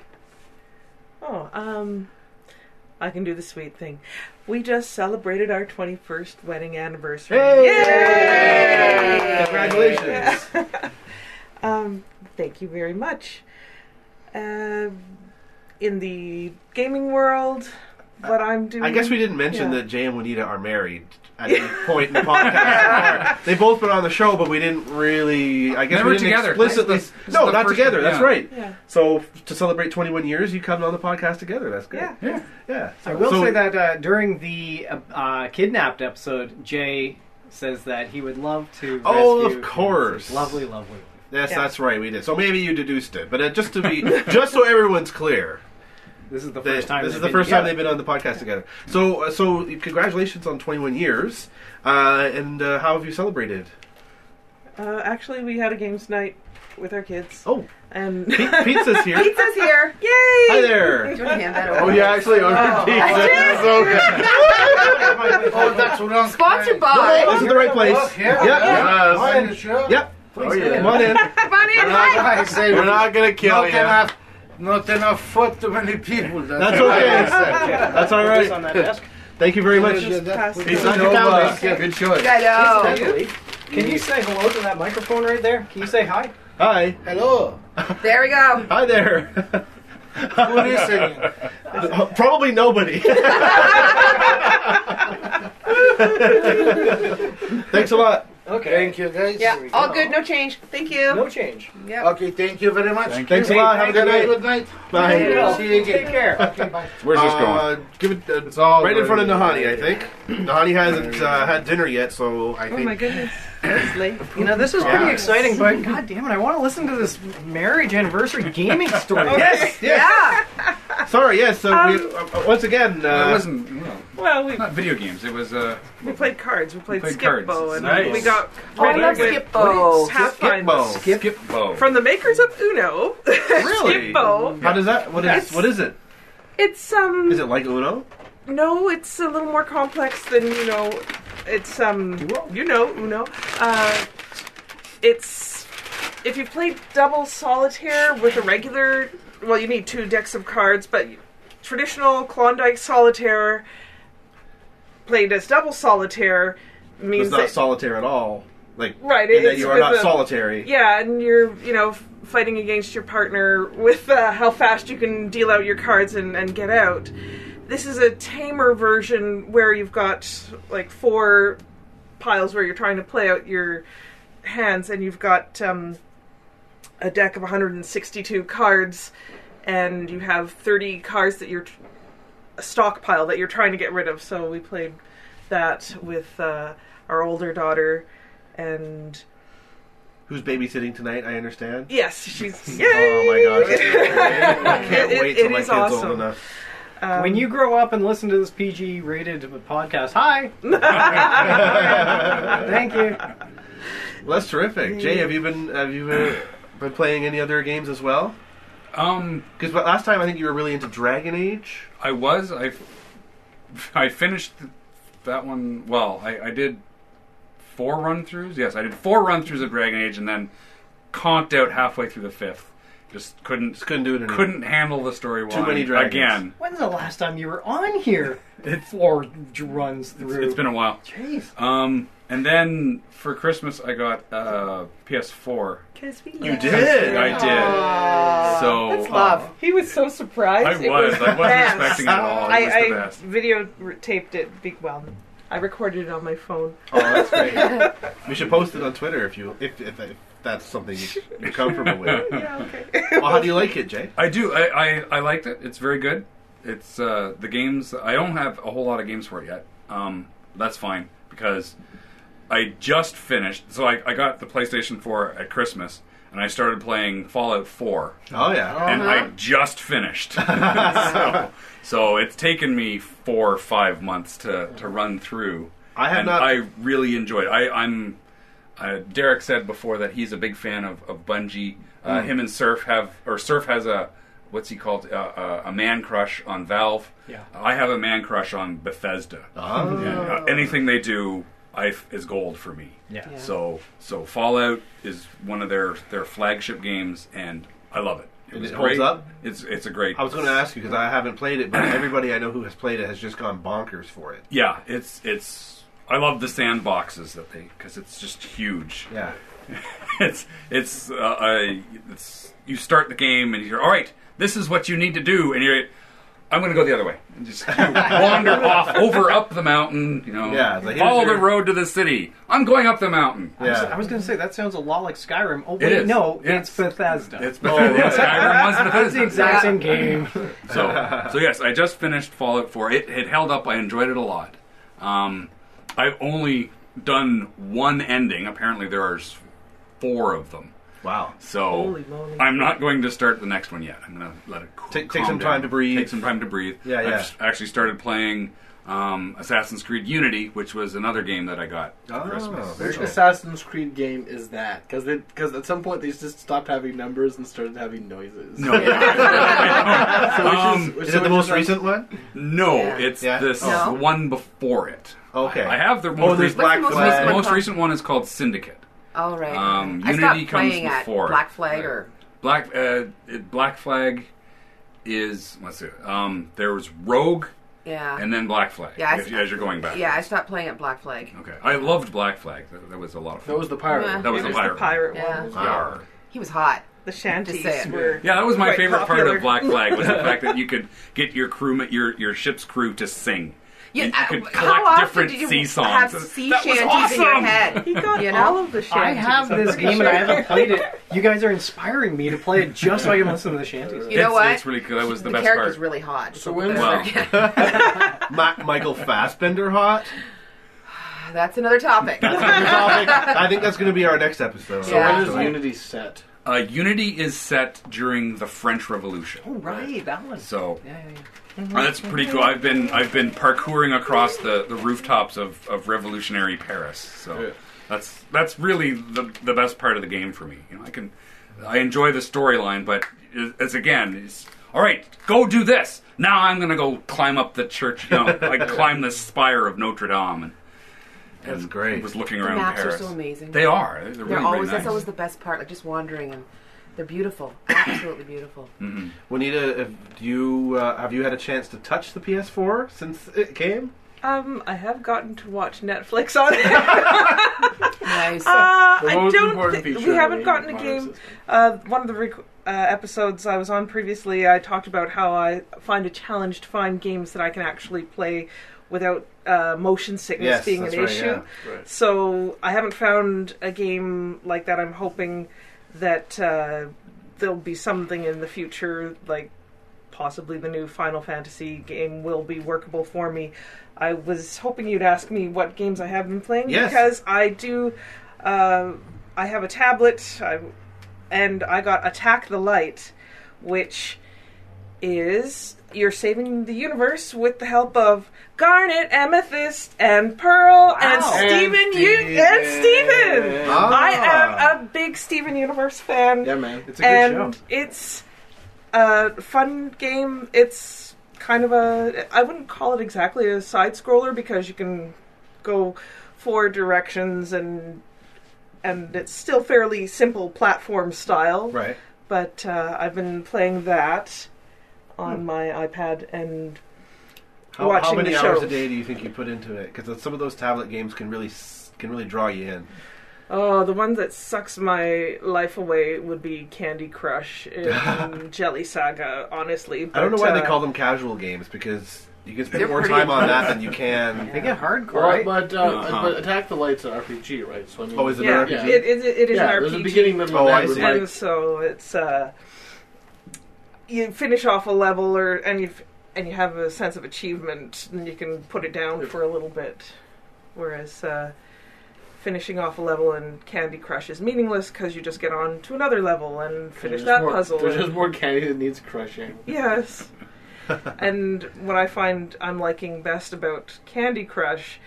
S6: Oh, um, I can do the sweet thing. We just celebrated our 21st wedding anniversary.
S1: Yay! Congratulations.
S6: Um, thank you very much. Uh, in the gaming world, what I'm doing.
S1: I guess we didn't mention
S6: Yeah.
S1: that Jay and Juanita are married at any point in the podcast. they both been on the show, but we didn't really. I guess
S3: Never
S1: we didn't
S3: together.
S1: explicitly.
S3: This- this- this
S1: no,
S3: is the
S1: not
S3: first
S1: together.
S3: one,
S1: That's
S3: yeah.
S1: right.
S6: Yeah.
S1: So f- to celebrate 21 years, you come on the podcast together. That's good.
S6: Yeah.
S3: Yeah.
S1: Yeah.
S7: I will
S1: So-
S7: say that uh, during the uh, uh, kidnapped episode, Jay says that he would love to.
S1: Oh,
S7: rescue
S1: of course.
S7: his lovely, lovely.
S1: Yes,
S6: Yeah.
S1: that's right. We did. So maybe you deduced it, but uh, just to be, just so everyone's clear,
S7: This is the
S1: that
S7: first time.
S1: this is
S7: they've
S1: the
S7: been
S1: first time
S7: together.
S1: they've been on the podcast together. So, uh, so congratulations on 21 years, uh, and uh, how have you celebrated?
S6: Uh, actually, we had a games night with our kids.
S1: Oh,
S6: And
S1: Pe- pizza's here.
S5: Pizza's here.
S6: yay!
S1: Hi
S5: Do
S1: there.
S5: you want to hand that over?
S4: Oh, yeah, actually, ordered pizza. This is so good.
S8: Oh, that's what I'm
S5: Sponsored
S1: Oh,
S5: by.
S1: this is the right place.
S8: Look here.
S1: Yep.
S8: Hi,
S1: Yes.
S8: Michelle.
S1: Yep.
S4: Oh, yeah.
S1: Come on in.
S5: Come on in. Hi.
S8: I say,
S4: We're not gonna kill
S8: not
S4: you.
S8: enough, not enough food to many people.
S1: That's
S8: what I
S1: okay.
S8: said.
S1: That's all
S7: Place on
S1: right.
S7: that desk.
S1: Thank you very much.
S6: Just pass it
S1: He's
S6: on.
S1: on your calendar.
S8: Good choice.
S5: I know.
S7: Definitely. Can you say hello to that microphone right there? Can you say hi?
S1: Hi.
S8: Hello.
S5: There we go.
S1: Hi there.
S8: Who is it?
S1: Probably nobody. Thanks a lot.
S7: Okay.
S8: Thank you, guys.
S5: Yeah, all good, no change. Thank you.
S7: No change.
S5: Yep.
S8: Okay, thank you very much. Thank
S1: Thanks a lot. Have a good night.
S8: Good night.
S1: Bye.
S7: Yeah.
S8: See you again.
S7: Take care.
S8: Okay, bye.
S9: Where's this going?
S1: Uh, give it uh,
S4: It's all
S1: right in front of
S4: already-
S1: Nahani, I think. Nahani hasn't uh, had dinner yet, so I
S6: Oh my
S1: think.
S6: goodness, it's late.
S7: You know, this is
S1: Yeah.
S7: pretty exciting, but god damn it, I want to listen to this marriage anniversary gaming story.
S1: Yes. Yes.
S5: Yeah.
S1: Sorry. Yes. So
S6: Um,
S1: we, uh, uh, once again,
S9: it
S1: uh,
S9: wasn't you know,
S6: Well, we,
S9: not video games. It was uh,
S6: we played cards. We played,
S9: Played
S6: skip bow,
S9: cards.
S6: and
S4: Nice.
S6: we got
S5: Oh, I
S6: ready
S5: love
S6: with
S5: skip bow.
S6: half
S1: skip bow.
S6: finals.
S9: skip, bow.
S6: from the makers of Uno.
S1: Really?
S6: skip bow.
S1: How does that? What is?
S6: Yes.
S1: What is it?
S6: It's um.
S1: Is it like Uno?
S6: No, it's a little more complex than you know. It's um, you know, Uno. Uh, it's if you play double solitaire with a regular, well, you need two decks of cards, but traditional Klondike solitaire played as double solitaire means
S1: It's not
S6: that
S1: solitaire at all. Like
S6: Right,
S1: in that
S6: it's
S1: you are
S6: with
S1: not
S6: a-
S1: solitary.
S6: yeah, and you're you know f- fighting against your partner with uh, how fast you can deal out your cards and, and get out. This is a tamer version where you've got like four piles where you're trying to play out your hands, and you've got um, a deck of 162 cards, and you have 30 cards that you're tr- a stockpile that you're trying to get rid of. So we played that with uh, our older daughter, and
S1: Who's babysitting tonight? I understand.
S6: Yes, she's.
S1: Oh
S6: Yay!
S1: my gosh! I can't
S6: It-
S1: wait
S6: it-
S1: till
S6: it
S1: my
S6: is
S1: kid's
S6: awesome.
S1: old enough.
S6: Um,
S7: When you grow up and listen to this PG rated podcast, hi. Thank you.
S1: Well, that's terrific. Jay, have you been have you uh, been playing any other games as well?
S9: Um,
S1: Because last time I think you were really into Dragon Age.
S9: I was I, I finished that one. Well, I, I did four run throughs. Yes, I did four run throughs of Dragon Age, and then conked out halfway through the fifth. Just couldn't
S1: Just couldn't do it. Anymore.
S9: couldn't handle the story.
S1: Too many dragons.
S9: again.
S7: When's the last time you were on here? Four d- runs through.
S9: It's been a while.
S7: Jeez.
S9: Um, and then for Christmas, I got uh, PS4.
S1: You did.
S9: I did. So
S5: That's love.
S6: he was so surprised.
S9: I
S6: It
S9: was. I wasn't
S6: best.
S9: expecting it at all. It was
S6: I,
S9: the
S6: I
S9: best.
S6: video re- taped it. Big well, I recorded it on my phone.
S1: Oh, that's great. we should post it on Twitter if you if if, if that's something you- you're comfortable with.
S6: Yeah, okay.
S1: Well, how do you like it, Jay?
S9: I do. I, I, I liked it. It's very good. It's uh, the games. I don't have a whole lot of games for it yet. Um, that's fine because I just finished. So I, I got the PlayStation 4 at Christmas, and I started playing Fallout 4,
S1: Oh yeah.
S9: and I just finished. so, so it's taken me four or five months to, to run through.
S1: I have
S9: and
S1: not-
S9: I really enjoyed. It. I, I'm. Uh, Derek said before that he's a big fan of, of Bungie. Uh,
S1: Hmm.
S9: Him and Surf have, or Surf has a, what's he called, uh, uh, a man crush on Valve.
S7: Yeah.
S9: I have a man crush on Bethesda.
S1: Oh.
S9: And, uh, anything they do, I f- is gold for me.
S7: Yeah. Yeah.
S9: So so Fallout is one of their their flagship games, and I love it.
S1: And
S9: was
S1: it holds
S9: great.
S1: up?
S9: It's it's a great.
S1: I was going to ask you because I haven't played it, but everybody I know who has played it has just gone bonkers for it.
S9: Yeah, it's it's. I love the sandboxes that they because it's just huge.
S1: Yeah.
S9: it's it's uh, I, it's you start the game and you're all right. This is what you need to do, and you're. I'm going to go the other way and just wander off over up the mountain. You know,
S1: Yeah, it's like,
S9: follow
S1: here's
S9: the
S1: your-
S9: road to the city. I'm going up the mountain.
S7: I was-
S1: Yeah.
S7: I was going to say that sounds a lot like Skyrim. Oh
S9: It
S7: wait,
S9: is.
S7: no,
S9: Yes.
S7: it's Bethesda.
S9: It's Bethesda.
S1: yeah.
S9: Skyrim was Bethesda.
S7: It's the exact same game.
S9: So, so yes, I just finished Fallout 4. It, it held up. I enjoyed it a lot. Um, I've only done one ending. Apparently, there are s- four of them.
S1: Wow.
S9: So
S6: Holy moly.
S9: I'm not going to start the next one yet. I'm going to let it cool,
S1: Take- take some time to breathe.
S9: Take some time to breathe.
S1: Yeah,
S9: I've
S1: yeah.
S9: s- actually started playing um, Assassin's Creed Unity, which was another game that I got
S1: Oh.
S9: for Christmas.
S4: Which
S9: So-
S4: Assassin's Creed game is that? Because because at some point they just stopped having numbers and started having noises.
S9: No. Um,
S4: which
S1: Um, Is it the most
S4: like-
S1: recent one?
S9: No,
S5: Yeah.
S9: it's
S1: Yeah? Oh.
S9: this
S5: No.
S9: the one before it.
S1: Okay.
S9: I have the
S1: Oh,
S9: most,
S1: there's
S9: recent,
S1: Black
S5: What's the
S1: Flag.
S9: the
S5: recent one
S9: most
S5: called?
S9: recent one is called Syndicate.
S5: All right.
S9: Um,
S5: I
S9: Unity
S5: stopped
S9: comes
S5: playing at
S9: before.
S5: Black Flag or
S9: Black uh, it- Black Flag is let's see. Um, there was Rogue
S5: yeah.
S9: and then Black Flag.
S5: Yeah, I
S9: as,
S5: s-
S9: as you're going back.
S5: yeah, I stopped playing at Black Flag.
S9: Okay. I loved Black Flag. That, that was a lot of fun.
S4: That was the pirate.
S5: Yeah.
S9: That was
S6: It
S9: the
S6: was
S9: pirate.
S6: the pirate
S5: Yeah.
S6: one.
S1: Wow.
S5: He was hot.
S6: The shanties
S5: Just saying.
S6: were.
S9: Yeah, that was my
S6: quite
S9: favorite part
S6: popular.
S9: of Black Flag was the fact that you could get your crew, your your ship's crew to sing.
S5: Yeah,
S9: And
S5: uh,
S9: you could
S5: how
S9: collect
S5: often
S9: different
S5: did you
S9: sea
S5: have
S9: songs.
S5: sea
S9: that was
S5: shanties in your
S9: awesome!
S5: head?
S6: He got
S5: You
S6: all
S5: know?
S6: of the shanties.
S7: I have
S6: I'm
S7: this
S6: pretty
S7: game and I
S6: sure.
S7: haven't played it. You guys are inspiring me to play it just so I can listen to the shanties.
S5: You know
S9: it's,
S5: what?
S9: It's really cool. That was the,
S5: the
S9: best
S5: character's
S9: part.
S5: really hot.
S4: So when-
S9: Wow.
S1: Ma- Michael Fassbender hot.
S5: That's another topic.
S1: Topic. I think that's going to be our next episode.
S5: So Yeah.
S4: When is
S5: Actually.
S4: Unity set?
S9: Uh, Unity is set during the French Revolution,
S7: Oh, right, that one.
S9: so
S7: Yeah, yeah, yeah.
S9: uh, that's pretty cool. I've been I've been parkouring across the, the rooftops of, of revolutionary Paris. So
S4: Yeah.
S9: that's that's really the the best part of the game for me. You know, I can I enjoy the storyline, but it- it's again, it's, all right, go do this. Now I'm gonna go climb up the church. You know, like climb the spire of Notre Dame. And,
S1: That's great.
S9: Was looking
S5: the
S9: around
S5: maps
S9: Paris.
S5: are so amazing.
S9: They are. They're,
S5: They're
S9: really,
S5: always
S9: really nice.
S5: that's always the best part, like just wandering and they're beautiful. Absolutely beautiful.
S9: Mm.
S1: Juanita, if you uh, have you had a chance to touch the PS4 since it came?
S6: Um, I have gotten to watch Netflix on it.
S5: Nice.
S1: Ah.
S6: Uh,
S4: The
S6: I
S4: most
S6: don't.
S4: important
S6: Th-
S4: feature
S6: we
S4: of
S6: haven't
S4: the
S6: gotten a
S4: modern
S6: game.
S4: system.
S6: Uh, one of the rec- uh, episodes I was on previously, I talked about how I find a challenge to find games that I can actually play without uh, motion sickness
S1: Yes,
S6: being an
S1: that's right,
S6: issue.
S1: yeah.
S4: Right.
S6: So I haven't found a game like that. I'm hoping that uh, there'll be something in the future, like possibly the new Final Fantasy game will be workable for me. I was hoping you'd ask me what games I have been playing
S1: Yes.
S6: because I do. Uh, I have a tablet, I, and I got Attack the Light, which is you're saving the universe with the help of Garnet, Amethyst, and Pearl, and
S5: Wow.
S6: Steven.
S4: And
S6: You and Steven.
S4: Steven.
S6: I
S1: Ah.
S6: am a big Steven Universe fan
S4: Yeah, man. It's
S6: and it's a fun game. It's kind of a I wouldn't call it exactly a side scroller because you can go four directions and and it's still fairly simple platform style.
S1: Right.
S6: But uh, I've been playing that on my iPad and
S1: Hmm. How,
S6: watching
S1: how many
S6: the
S1: hours
S6: show.
S1: a day do you think you put into it? Because some of those tablet games can really s- can really draw you in.
S6: Oh, the one that sucks my life away would be Candy Crush and Jelly Saga, honestly.
S1: I don't know
S6: but,
S1: why they
S6: uh,
S1: call them casual games because you can spend
S5: They're
S1: more
S5: pretty-
S1: time on that than you can.
S7: They get hardcore.
S4: Well,
S7: right?
S4: but, uh,
S9: Uh-huh.
S4: but Attack the Light's an RPG, right? So I mean,
S1: Oh, is it
S6: Yeah,
S1: an RPG?
S6: It, it, it is
S4: yeah,
S6: an
S4: there's
S6: RPG.
S4: a beginning, middle,
S1: Oh, I
S4: and end.
S1: see.
S4: Like,
S6: and so it's uh, you finish off a level, or and you and you have a sense of achievement, and you can put it down for a little bit. Whereas uh, finishing off a level in Candy Crush is meaningless because you just get on to another level and finish
S4: there's
S6: that
S4: more,
S6: puzzle.
S4: There's
S6: and-
S4: just more candy that needs crushing.
S6: Yes. and what I find I'm liking best about Candy Crush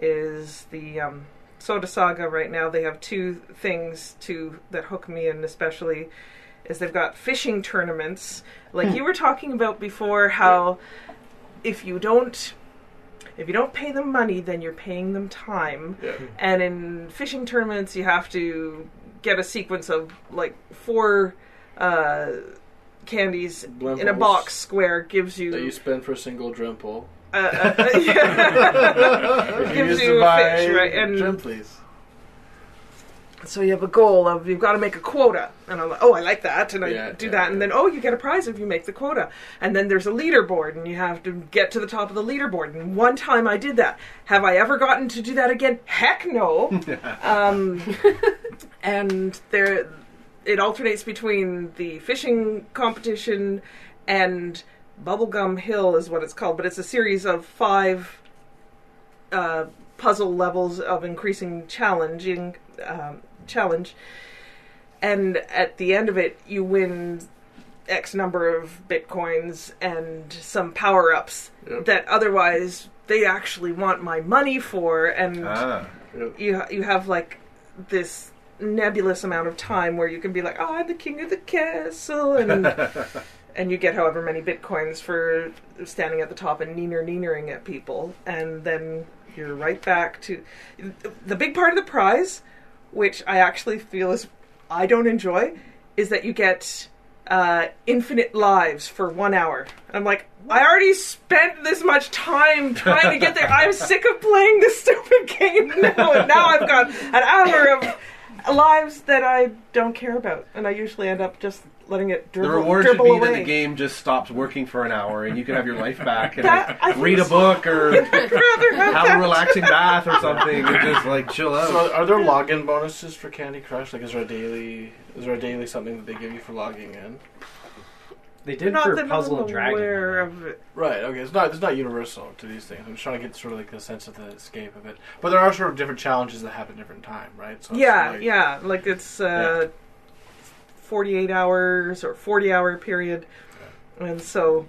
S6: is the um, Soda Saga right now. They have two things to that hook me in especially is they've got fishing tournaments. Like you were talking about before how if you don't if you don't pay them money then you're paying them time.
S4: Yeah.
S6: And in fishing tournaments you have to get a sequence of like four uh, candies
S4: Blend
S6: in a
S4: balls.
S6: box square gives
S4: That you
S6: you,
S4: spend for a single drimple.
S6: uh, uh, yeah.
S4: If
S6: gives
S4: used
S6: you
S4: to
S6: a
S4: buy
S6: fish, right?
S4: Drim,
S6: And
S4: please.
S6: so you have a goal of you've got to make a quota, and I'm like, oh, I like that, and I
S4: Yeah,
S6: do
S4: yeah,
S6: that, and then oh, you get a prize if you make the quota, and then there's a leaderboard, and you have to get to the top of the leaderboard. And one time I did that. Have I ever gotten to do that again? Heck no. um, and there it alternates between the fishing competition and Bubblegum Hill is what it's called, but it's a series of five uh, puzzle levels of increasing challenging um, challenge, and at the end of it, you win X number of bitcoins and some power ups that otherwise they actually want my money for, and
S1: Ah.
S6: you you have like this nebulous amount of time where you can be like, oh, I'm the king of the castle, and and you get however many bitcoins for standing at the top and neener neenering at people, and then you're right back to the big part of the prize, which I actually feel is I don't enjoy, is that you get uh, infinite lives for one hour. And I'm like, I already spent this much time trying to get there. I'm sick of playing this stupid game now. And now I've got an hour of lives that I don't care about. And I usually end up just letting it dribble,
S1: The reward should
S6: dribble
S1: be
S6: away.
S1: that the game just stops working for an hour and you can have your life back and
S6: That- I think
S1: read a
S6: so.
S1: book or
S6: I'd rather have
S1: have
S6: that.
S1: a relaxing bath or something and just like chill out.
S4: So uh, are, are there login bonuses for Candy Crush? Like, is there a daily? Is there a daily something that they give you for logging in?
S7: They did
S6: Not
S7: for
S6: that I'm
S7: Puzzle and
S6: aware
S7: Dragon.
S6: of it.
S4: Right. Okay. It's not. It's not universal to these things. I'm just trying to get sort of like the sense of the scape of it. But there are sort of different challenges that happen different time, right? So it's
S6: Yeah,
S4: like-
S6: yeah. Like it's uh, 48 hours or 40 hour period. And so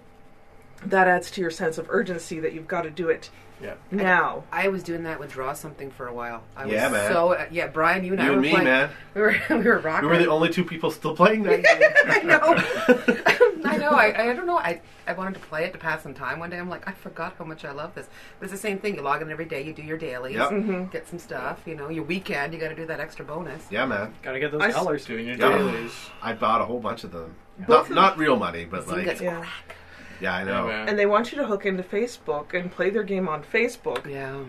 S6: that adds to your sense of urgency that you've got to do it
S4: Yeah.
S6: now.
S5: I was doing that with Draw Something for a while. I was
S1: Yeah, man.
S5: so yeah, Brian, you and I
S1: You
S5: were
S1: and me,
S5: playing.
S1: man.
S5: We were we were
S1: We
S5: rocking.
S1: were the only two people still playing that game.
S5: I know. I know. I, I don't know. I, I wanted to play it to pass some time one day. I'm like, I forgot how much I love this. But it's the same thing. You log in every day, you do your dailies,
S1: Yep.
S5: get some stuff, you know, your weekend, you got to do that extra bonus.
S1: Yeah, man.
S7: Gotta get those
S6: I s-
S7: colors.
S4: Doing your
S1: Yeah.
S4: dailies.
S1: I bought a whole bunch of them. Not, not real money, but
S5: Seems
S1: like,
S5: like-
S6: Yeah.
S1: yeah, I
S4: Yeah,
S1: know.
S4: man.
S6: And they want you to hook into Facebook and play their game on Facebook.
S5: Yeah.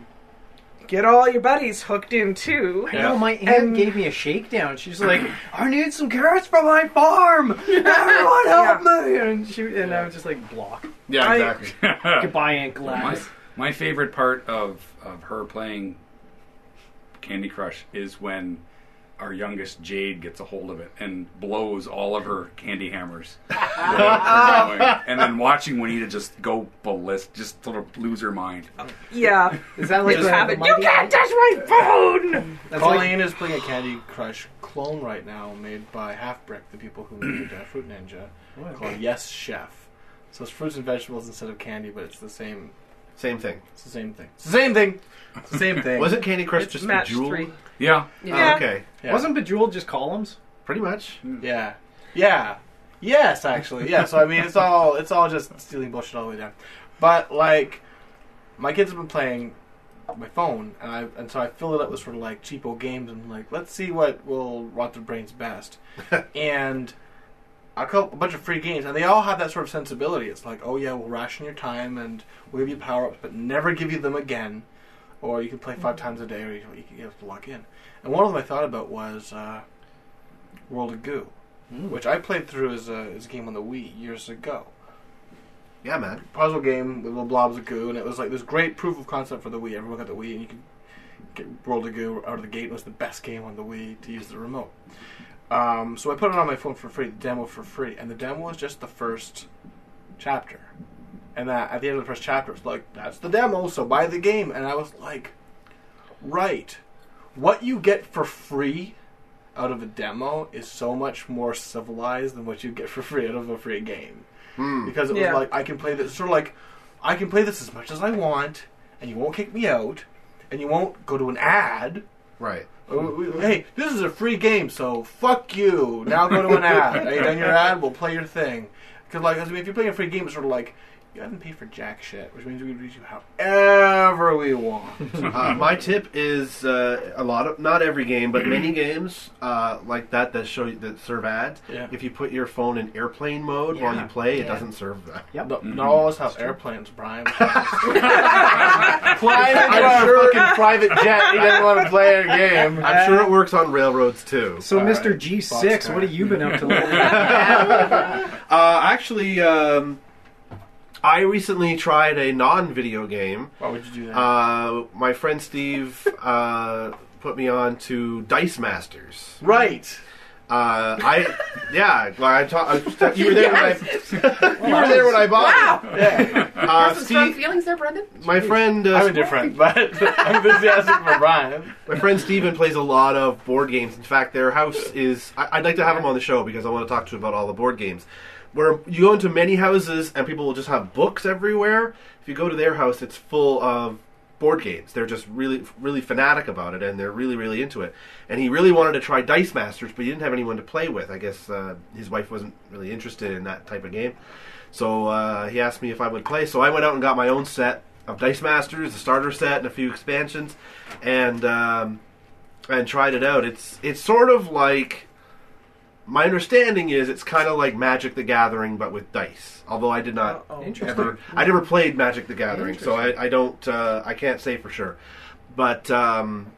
S6: Get all your buddies hooked in too.
S7: I know my aunt
S6: And-
S7: gave me a shakedown. She's like, "I need some carrots for my farm. Everyone help me!" And she and I was just like, "Block,
S1: Yeah,
S6: I-
S1: exactly.
S7: goodbye, Aunt
S9: my,
S7: Gladys."
S9: my favorite part of, of her playing Candy Crush is when our youngest Jade gets a hold of it and blows all of her candy hammers. right up her driveway. and then watching Juanita just go ballistic, just sort of lose her mind.
S6: Yeah.
S7: Is that like
S6: It's happened. You can't
S7: touch my phone. That's like,
S4: Colleen is playing a Candy Crush clone right now, made by Halfbrick, the people who made uh, Fruit Ninja, called Yes Chef. So it's fruits and vegetables instead of candy, but it's the same.
S1: Same thing.
S4: It's the same thing. It's the same thing. It's the same thing.
S1: Wasn't Candy Crush
S6: It's
S1: just
S6: match
S1: Bejeweled?
S6: three.
S9: Yeah.
S1: Oh,
S6: Yeah.
S1: okay.
S4: Yeah.
S7: wasn't Bejeweled just columns?
S1: Pretty much.
S4: Yeah. Yeah. Yes, actually. Yeah. So I mean, it's all it's all just stealing bullshit all the way down. But like, my kids have been playing my phone, and I and so I fill it up with sort of like cheapo games, and like let's see what will rot their brains best. and a couple, a bunch of free games, and they all have that sort of sensibility. It's like, oh yeah, we'll ration your time, and we'll give you power ups, but never give you them again. Or you can play 5 times a day, or you, you can you have to lock in. And one of them I thought about was uh, World of Goo which I played through as a, as a game on the Wii years ago.
S1: Yeah, man.
S4: Puzzle game with little blobs of goo, and it was like this great proof of concept for the Wii. Everyone got the Wii, and you could get World of Goo out of the gate. It was the best game on the Wii to use the remote. Um, so I put it on my phone for free, the demo for free, and the demo was just the first chapter. And that at the end of the first chapter, it's like that's the demo, so buy the game. And I was like, right, what you get for free out of a demo is so much more civilized than what you get for free out of a free game. Because it was
S6: Yeah.
S4: like I can play this sort of like I can play this as much as I want, and you won't kick me out, and you won't go to an ad.
S1: Right.
S4: Oh, we- we- Hey, this is a free game, so fuck you. Now go to an ad. Are you done your ad? We'll play your thing. Because like, 'cause, I mean, if you're playing a free game, it's sort of like you haven't paid for jack shit, which means we can reach you however we want.
S1: uh, my tip is uh, a lot of not every game, but many games uh, like that that show you, that serve ads.
S4: Yeah.
S1: If you put your phone in airplane mode while you
S7: Yeah.
S1: play, it
S5: Yeah.
S1: doesn't serve that.
S7: Yep.
S4: No, Not all of us have airplanes, Brian. Fly
S1: I'm
S4: into our fucking private jet. You didn't want to play our game.
S1: I'm sure it works on railroads too.
S7: So,
S4: All right,
S7: Mr. G6,
S4: Boxcar.
S7: what have you been up to lately?
S1: Uh, actually, um, I recently tried a non-video game.
S4: Why would you do that?
S1: Uh, my friend Steve uh, put me on to Dice Masters.
S4: right.
S1: Uh, I yeah, like I talked. You were there when I. you were there when I bought.
S5: Wow.
S1: it. Uh,
S5: Some strong
S1: Steve,
S5: feelings there, Brendan?
S1: my friend. Uh,
S4: I'm indifferent, but I'm enthusiastic for Brian.
S1: My friend Steven plays a lot of board games. In fact, their house is. I, I'd like to have him on the show because I want to talk to him about all the board games. Where you go into many houses and people will just have books everywhere. If you go to their house, it's full of board games. They're just really, really fanatic about it and they're really, really into it. And he really wanted to try Dice Masters, but he didn't have anyone to play with. I guess uh, his wife wasn't really interested in that type of game. So uh, he asked me if I would play. So I went out and got my own set of Dice Masters, the starter set, and a few expansions, and um, and tried it out. It's it's sort of like my understanding is it's kind of like Magic the Gathering, but with dice. Although I did not
S7: Interesting.
S1: ever, I never played Magic the Gathering, so I, I don't, uh, I can't say for sure. But um,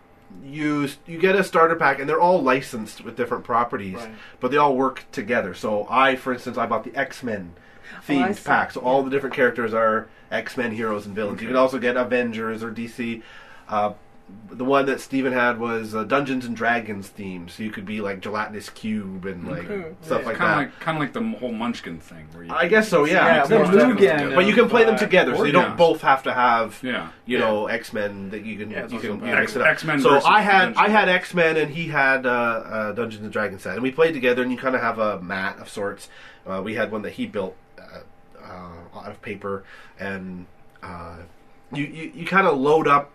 S1: you you get a starter pack, and they're all licensed with different properties,
S4: Right.
S1: but they all work together. So I, for instance, I bought the X Men
S4: Oh,
S6: I
S1: themed
S6: see.
S1: pack, so all the different characters are X Men heroes and villains. You can also get Avengers or DC. Uh, the one that Steven had was uh, Dungeons and Dragons themed, so you could be like Gelatinous Cube and like stuff like that.
S9: kind of like kind of like the whole Munchkin thing, where you
S1: I guess so,
S7: Yeah,
S1: yeah
S7: more
S9: Munchkins
S7: Mugen
S9: together.
S1: but you can play them together, so you don't
S9: Organs.
S1: both have to have
S9: yeah,
S1: you know X Men that you can
S4: Yeah, it's
S1: you
S4: also
S1: can you
S4: bad.
S1: mix it up.
S9: X-Men
S1: So
S9: versus
S1: I had I
S9: Dungeons.
S1: had X Men and he had uh, uh, Dungeons and Dragons set, and we played together, and you kind of have a mat of sorts. Uh, we had one that he built uh, uh, out of paper, and uh, you you, you kind of load up.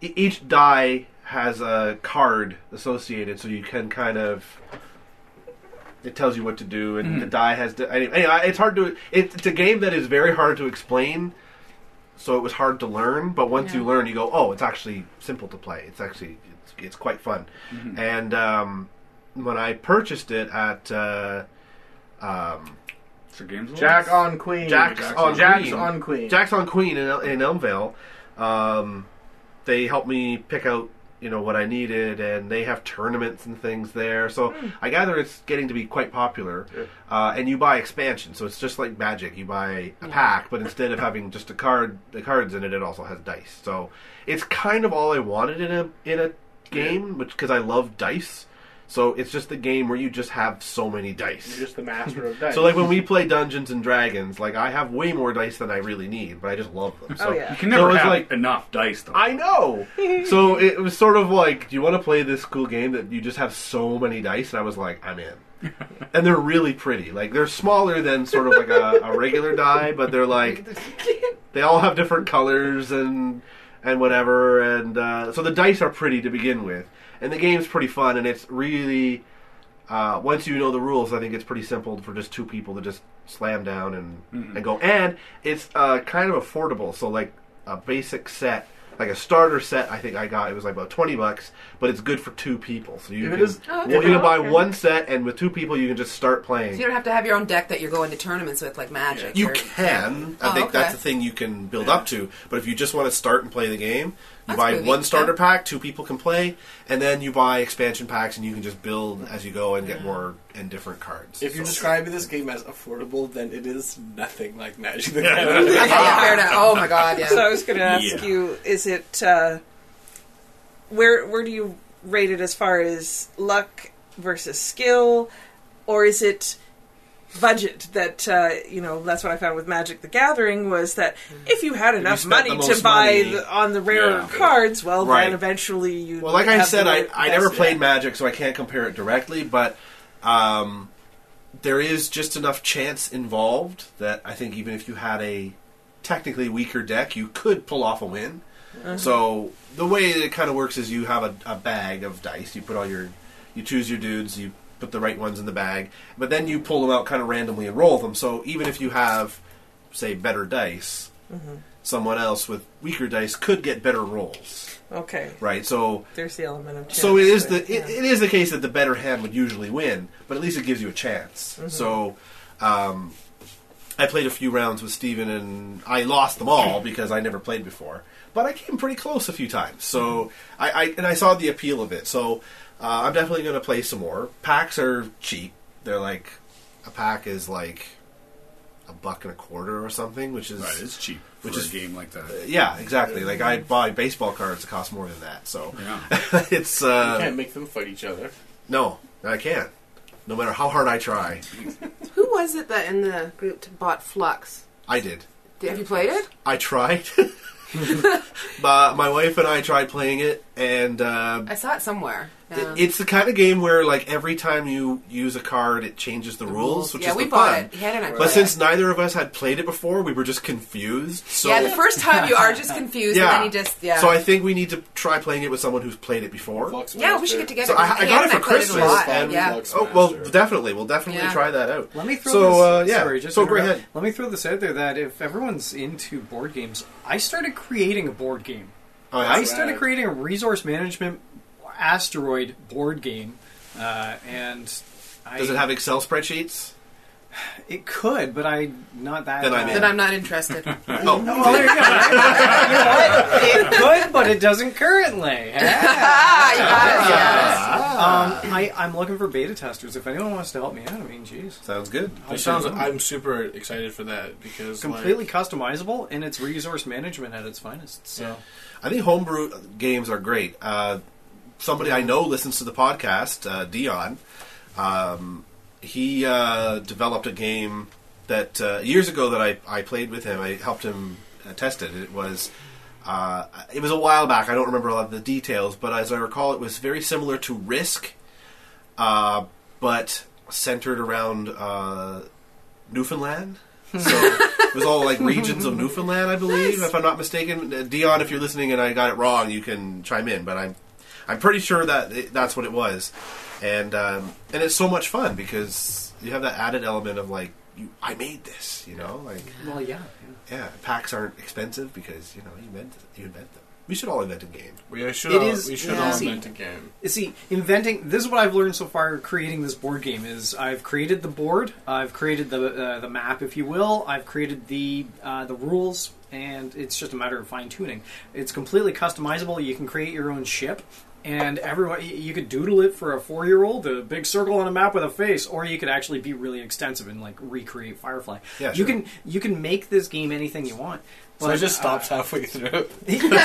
S1: e- Each die has a card associated, so you can kind of. It tells you what to do, and
S9: Mm-hmm.
S1: the die has. To, anyway, anyway, it's hard to. It, it's a game that is very hard to explain so it was hard to learn. But once you learn, you go, oh, it's actually simple to play. It's actually it's, it's quite fun. And um, when I purchased it at uh, um,
S9: so games Lord?
S4: Jack on Queen.
S1: Jack's on
S4: Jack's
S1: Queen.
S4: on Queen.
S1: Jack's on Queen in, El- in Elmvale, um, they helped me pick out you know what I needed, and they have tournaments and things there. So
S4: Hmm.
S1: I gather it's getting to be quite popular. Uh, and you buy expansion, so it's just like Magic. You buy a pack, but instead of having just a card, the cards in it, it also has dice. So it's kind of all I wanted in a in a game, which because I love dice. So it's just the game where you just have so many dice.
S4: You're just the master of dice.
S1: So like when we play Dungeons and Dragons, like I have way more dice than I really need, but I just love them. So
S6: Oh, yeah.
S9: you can
S1: So
S9: never
S1: it's
S9: have
S1: like-
S9: enough dice though.
S1: I know. so it was sort of like, do you want to play this cool game that you just have so many dice? And I was like, I'm in. and they're really pretty. Like they're smaller than sort of like a, a regular die, but they're like they all have different colors and and whatever. And uh, so the dice are pretty to begin with, and the game's pretty fun. And it's really uh, once you know the rules, I think it's pretty simple for just two people to just slam down and,
S4: Mm-hmm.
S1: and go. And it's uh, kind of affordable. So like a basic set, like a starter set, I think I got it was like about twenty bucks, but it's good for two people. So you
S4: If it
S1: can
S4: is-
S5: Oh, that's
S1: you're gonna
S5: cool.
S1: buy
S5: Okay.
S1: one set, and with two people, you can just start playing.
S5: So you don't have to have your own deck that you're going to tournaments with, like Magic.
S1: You
S5: or-
S1: can. I
S5: Oh,
S1: think
S5: okay.
S1: that's the thing you can build up to. But if you just want to start and play the game, you
S5: That's
S1: buy
S5: good.
S1: one starter pack, two people can play, and then you buy expansion packs, and you can just build as you go and get more and different cards.
S10: If you're
S1: So-
S10: describing this game as affordable, then it is nothing like Magic the Gathering.
S5: Okay, yeah, fair enough. Oh my god, yeah.
S6: So I was going to ask
S9: Yeah.
S6: you: Is it uh, where where do you rate it as far as luck versus skill, or is it budget? That uh, you know, that's what I found with Magic: The Gathering was that if you had enough
S1: spent the
S6: money to
S1: most
S6: buy
S1: money-
S6: the, on the rarer
S9: Yeah.
S6: cards, well,
S1: Right.
S6: then eventually you.
S1: Well, like I
S6: have
S1: said,
S6: the
S1: I, I never
S6: best-
S1: played Magic, so I can't compare it directly, but um, there is just enough chance involved that I think even if you had a technically weaker deck, you could pull off a win.
S6: Uh-huh.
S1: So the way that it kind of works is you have a, a bag of dice. You put all your, you choose your dudes, you put the right ones in the bag, but then you pull them out kind of randomly and roll them. So even if you have, say, better dice,
S6: Mm-hmm.
S1: someone else with weaker dice could get better rolls,
S6: Okay,
S1: right? So
S6: there's the element of chance.
S1: so it is
S6: to
S1: the it, it is the case that the better hand would usually win, but at least it gives you a chance. So, um, I played a few rounds with Steven and I lost them all because I never played before, but I came pretty close a few times. So I, I and I saw the appeal of it. So uh, I'm definitely going to play some more. Packs are cheap. They're like a pack is like a buck and a quarter or something, which is
S9: Right, it's cheap
S1: Which
S9: for
S1: is-
S9: a game like that.
S1: yeah, exactly. Like I buy baseball cards that cost more than that. So
S9: Yeah.
S1: it's uh,
S10: Can't make them fight each other.
S1: No, I can't. No matter how hard I try,
S5: Who was it that in the group t- bought Flux?
S1: I did.
S5: Did- Have you played it?
S1: I tried. my, my wife and I tried playing it, and uh,
S5: I saw it somewhere. Yeah.
S1: it- it's the kind of game where like every time you use a card, it changes the, rules, which
S5: yeah,
S1: is
S5: we
S1: the
S5: bought
S1: fun.
S5: it. Hannah and I
S1: But
S5: bought
S1: since
S5: it.
S1: neither of us had played it before, we were just confused. So
S5: yeah, the first time you are just confused,
S1: Yeah.
S5: and then you just yeah.
S1: So I think we need to try playing it with someone who's played it before.
S5: yeah, we should get
S1: So
S5: together.
S1: I, I
S5: Hannah
S1: got it
S5: and
S1: for
S5: played a
S1: Christmas.
S5: lot,
S1: and-
S5: yeah.
S1: oh well, definitely, we'll definitely
S5: Yeah.
S1: try that out.
S7: Let me throw
S1: so,
S7: this.
S1: uh, yeah.
S7: sorry, just
S1: so go
S7: interrupt.
S1: ahead.
S7: Let me throw this out there that if everyone's into board games, I started creating a board game.
S1: Oh, yeah?
S7: I started
S10: Right.
S7: creating a resource management asteroid board game, uh, and I,
S1: Does it have Excel spreadsheets?
S7: It could, but I not that.
S1: Then I'm
S7: uh,
S1: in.
S5: Then I'm not interested.
S1: Oh,
S7: No, well, there you go. You know what? It could, but it doesn't currently.
S5: ah, you got it. Yeah.
S7: Um, I, I'm looking for beta testers. If anyone wants to help me out, I mean, jeez.
S1: sounds good.
S4: That sounds. I'm super excited for that because
S7: Completely
S4: Like,
S7: customizable, and it's resource management at its finest. So.
S4: yeah.
S1: I think homebrew games are great. Uh, somebody I know listens to the podcast, uh, Dion. Um, he uh, developed a game that uh, years ago that I, I played with him. I helped him uh, test it. It was uh, it was a while back. I don't remember a lot of the details, but as I recall, it was very similar to Risk, uh, but centered around uh, Newfoundland. So it was all like regions of Newfoundland, I believe, if I'm not mistaken. Uh, Dion, if you're listening and I got it wrong, you can chime in. But I'm I'm pretty sure that it, that's what it was, and um, and it's so much fun because you have that added element of like. You, I made this, you know. Like,
S7: Well, yeah.
S1: yeah, packs aren't expensive because you know you invent you invent them. We should all invent a game.
S4: We should.
S7: It
S4: all,
S7: is
S4: we should
S7: yeah.
S4: all
S7: easy.
S4: invent a game.
S7: You See, inventing. This is what I've learned so far. Creating this board game is I've created the board, I've created the uh, the map, if you will. I've created the uh, the rules, and it's just a matter of fine tuning. It's completely customizable. You can create your own ship, and everyone y- you could doodle it for a four year old, a big circle on a map with a face, or you could actually be really extensive and like recreate Firefly.
S1: Yeah,
S7: You
S1: sure.
S7: can you can make this game anything you want.
S10: So it just stops halfway through.
S9: And
S7: Are
S9: you
S7: we
S1: uh,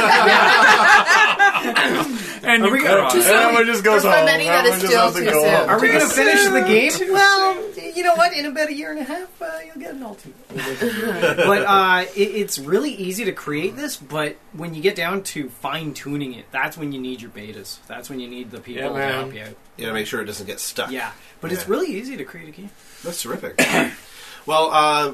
S9: cry.
S7: gonna- Too
S5: soon.
S4: Everyone just goes
S5: For
S4: home.
S5: many,
S4: Everyone
S5: that is
S4: just
S5: still
S4: has to
S5: too
S4: go
S5: soon.
S4: home.
S7: Are we going to finish the game?
S6: Well,
S7: you know what? In about a year and a half, uh, you'll get an ultimate. but uh, it, it's really easy to create this. But when you get down to fine tuning it, that's when you need your betas. That's when you need the people
S4: Yeah,
S7: to
S4: man.
S7: help you out.
S1: You know, make sure it doesn't get stuck.
S7: Yeah, but it's
S1: Yeah.
S7: really easy to create a game.
S1: that's terrific. well, uh,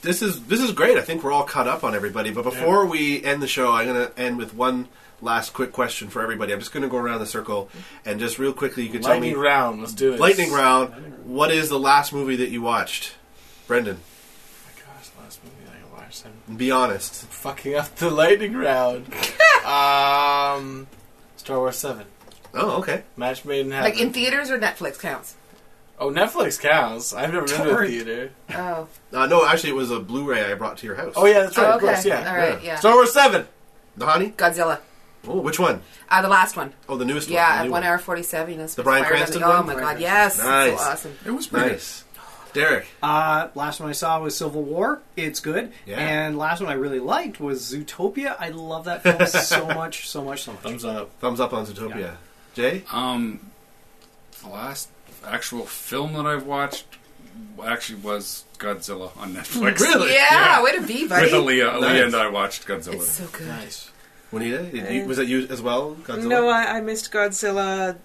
S1: this is this is great. I think we're all caught up on everybody. But before we end the show, I'm going to end with one last quick question for everybody. I'm just going to go around the circle and just real quickly, you can tell me
S4: Lightning round. Let's do it.
S1: lightning round. What is the last movie that you watched, Brendan?
S4: Oh my gosh, last movie I watched. I'm
S1: Be honest.
S4: fucking up the lightning round. um, Star Wars Seven.
S1: Oh, okay.
S4: Match made in heaven.
S5: Like in theaters or Netflix counts.
S4: oh, Netflix counts. I've never been to a
S7: Torrent.
S4: theater.
S5: Oh,
S1: Uh, no, actually, it was a Blu-ray I brought to your house.
S4: Oh yeah, that's right.
S5: oh
S4: Of course, yeah.
S5: all right, yeah.
S4: Star Wars Seven.
S1: Nahani.
S5: Godzilla,
S1: Oh, which one?
S5: uh, the last one.
S1: Oh, the newest one.
S5: Yeah,
S1: the
S5: at
S1: new
S5: one hour forty seven. You know,
S1: The Bryan
S5: inspired by
S1: Cranston
S5: the, Oh
S1: one?
S5: my god, yes,
S1: Nice.
S5: it's so awesome.
S9: It was pretty
S1: Nice. Derek.
S7: Uh, last one I saw was Civil War. It's good.
S1: Yeah.
S7: And last one I really liked was Zootopia. I love that film so much, so much, so much.
S4: Thumbs up.
S1: Thumbs up on Zootopia. Jay?
S9: Um, the last actual film that I've watched actually was Godzilla on Netflix.
S1: Really?
S5: Yeah,
S9: Yeah.
S5: way to be, buddy.
S9: With Aaliyah, Aaliyah
S1: Nice.
S9: and I watched Godzilla.
S5: It's so good.
S4: Nice.
S1: Juanita, did you, was that you as well? Godzilla?
S6: Uh, no, I, I missed Godzilla,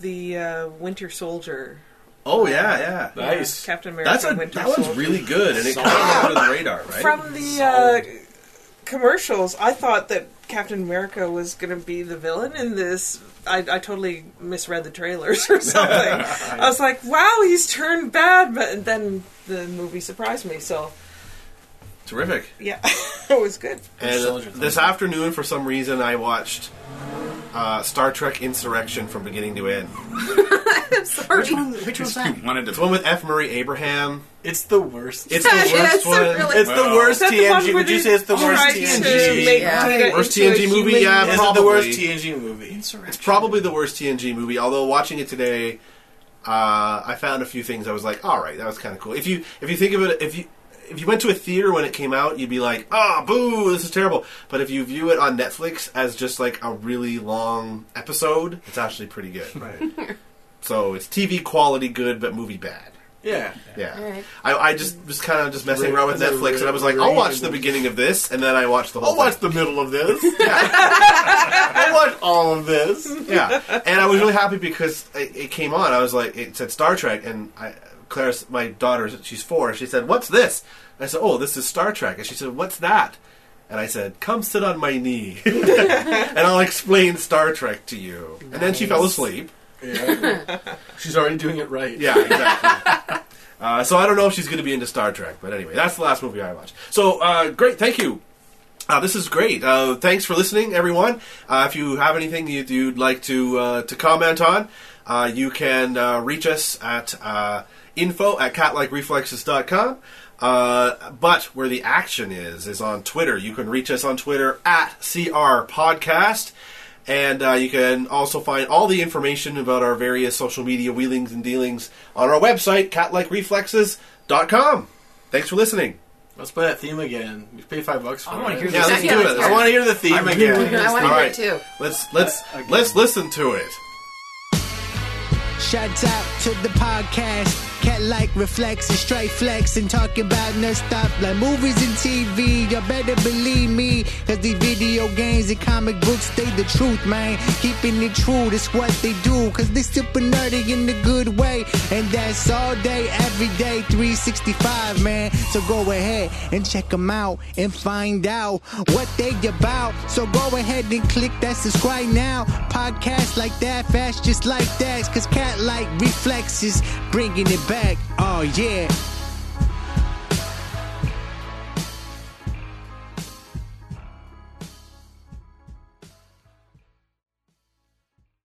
S6: the uh, Winter Soldier.
S1: oh yeah, yeah.
S6: Yeah,
S4: Nice.
S6: Captain America.
S1: That's a,
S6: Winter
S1: that one's
S6: Soldier.
S1: really good, and it kind of went under the radar, right?
S6: From the uh, commercials, I thought that Captain America was going to be the villain in this. I, I totally misread the trailers or something. I was like, "Wow, he's turned bad," but then the movie surprised me. So
S1: Terrific.
S6: yeah, it was good.
S1: And
S4: Soldier
S1: this afternoon, for some reason, I watched uh, Star Trek Insurrection from beginning to end.
S5: Sorry.
S7: Which one's
S9: I
S7: that?
S9: wanted to.
S1: It's one with F. Murray Abraham.
S4: It's the worst.
S1: It's the worst
S5: Yeah, it's a
S1: one.
S5: really-
S4: It's the
S9: Wow.
S4: worst
S6: Is that the one
S4: TNG.
S6: where
S4: Would you
S6: they
S4: say it's the worst
S6: tried
S4: TNG?
S6: To make
S5: Yeah.
S6: Data
S1: Worst
S6: into a
S1: TNG movie,
S6: human?
S1: yeah.
S4: Is it the worst
S1: Probably.
S4: TNG movie?
S1: It's probably the worst TNG movie. Although watching it today, uh, I found a few things. I was like, all right, that was kind of cool. If you if you think of it, if you if you went to a theater when it came out, you'd be like, ah, boo, this is terrible. But if you view it on Netflix as just like a really long episode, it's actually pretty good.
S4: Right.
S1: So it's TV quality good, but movie bad.
S4: Yeah.
S1: Yeah,
S5: Alright.
S1: I, I just was kind of just messing around with
S4: Ra-
S1: Netflix, and I was like,
S4: ra-
S1: I'll watch the
S4: rateable.
S1: beginning of this, and then I watched the whole.
S4: I'll watch
S1: thing.
S4: the middle of this. I'll watch all of this.
S1: yeah, and I was really happy because it, it came on. I was like, it said Star Trek, and I, Claire, my daughter, she's four. She said, "What's this?" I said, "Oh, this is Star Trek," and she said, "What's that?" And I said, "Come sit on my knee, and I'll explain Star Trek to you." And then she fell asleep.
S4: Yeah. She's already doing it right.
S1: Yeah, exactly. uh, so I don't know if she's going to be into Star Trek, but anyway, that's the last movie I watched. So uh, great, thank you. Uh, this is great. Uh, thanks for listening, everyone. Uh, if you have anything you'd, you'd like to uh, to comment on, uh, you can uh, reach us at uh, info at catlikereflexes.com. Uh, but where the action is, is on Twitter. You can reach us on Twitter at CR Podcast. And uh, you can also find all the information about our various social media wheelings and dealings on our website, catlikereflexes.com. Thanks for listening.
S4: Let's play that theme again. We pay five bucks for
S7: I wanna
S4: it.
S7: hear
S1: Yeah, let's
S5: Yeah,
S1: do
S5: let's
S1: it.
S5: go.
S4: I want to hear the theme again.
S5: I want to
S1: All
S5: hear
S1: right.
S5: it too.
S1: Let's let's let's listen to it.
S2: Shouts out to the podcast. Cat like reflex and straight flex and talking about no stop like movies and TV. You better believe me, cause the video games and comic books, they the truth, man. Keeping it true, that's what they do, cause they super nerdy in the good way. And that's all day, every day, 365, man. So go ahead and check them out and find out what they about. So go ahead and click that subscribe now. Podcast like that, fast just like that. Cause cat like reflexes, bringing it back. Oh yeah.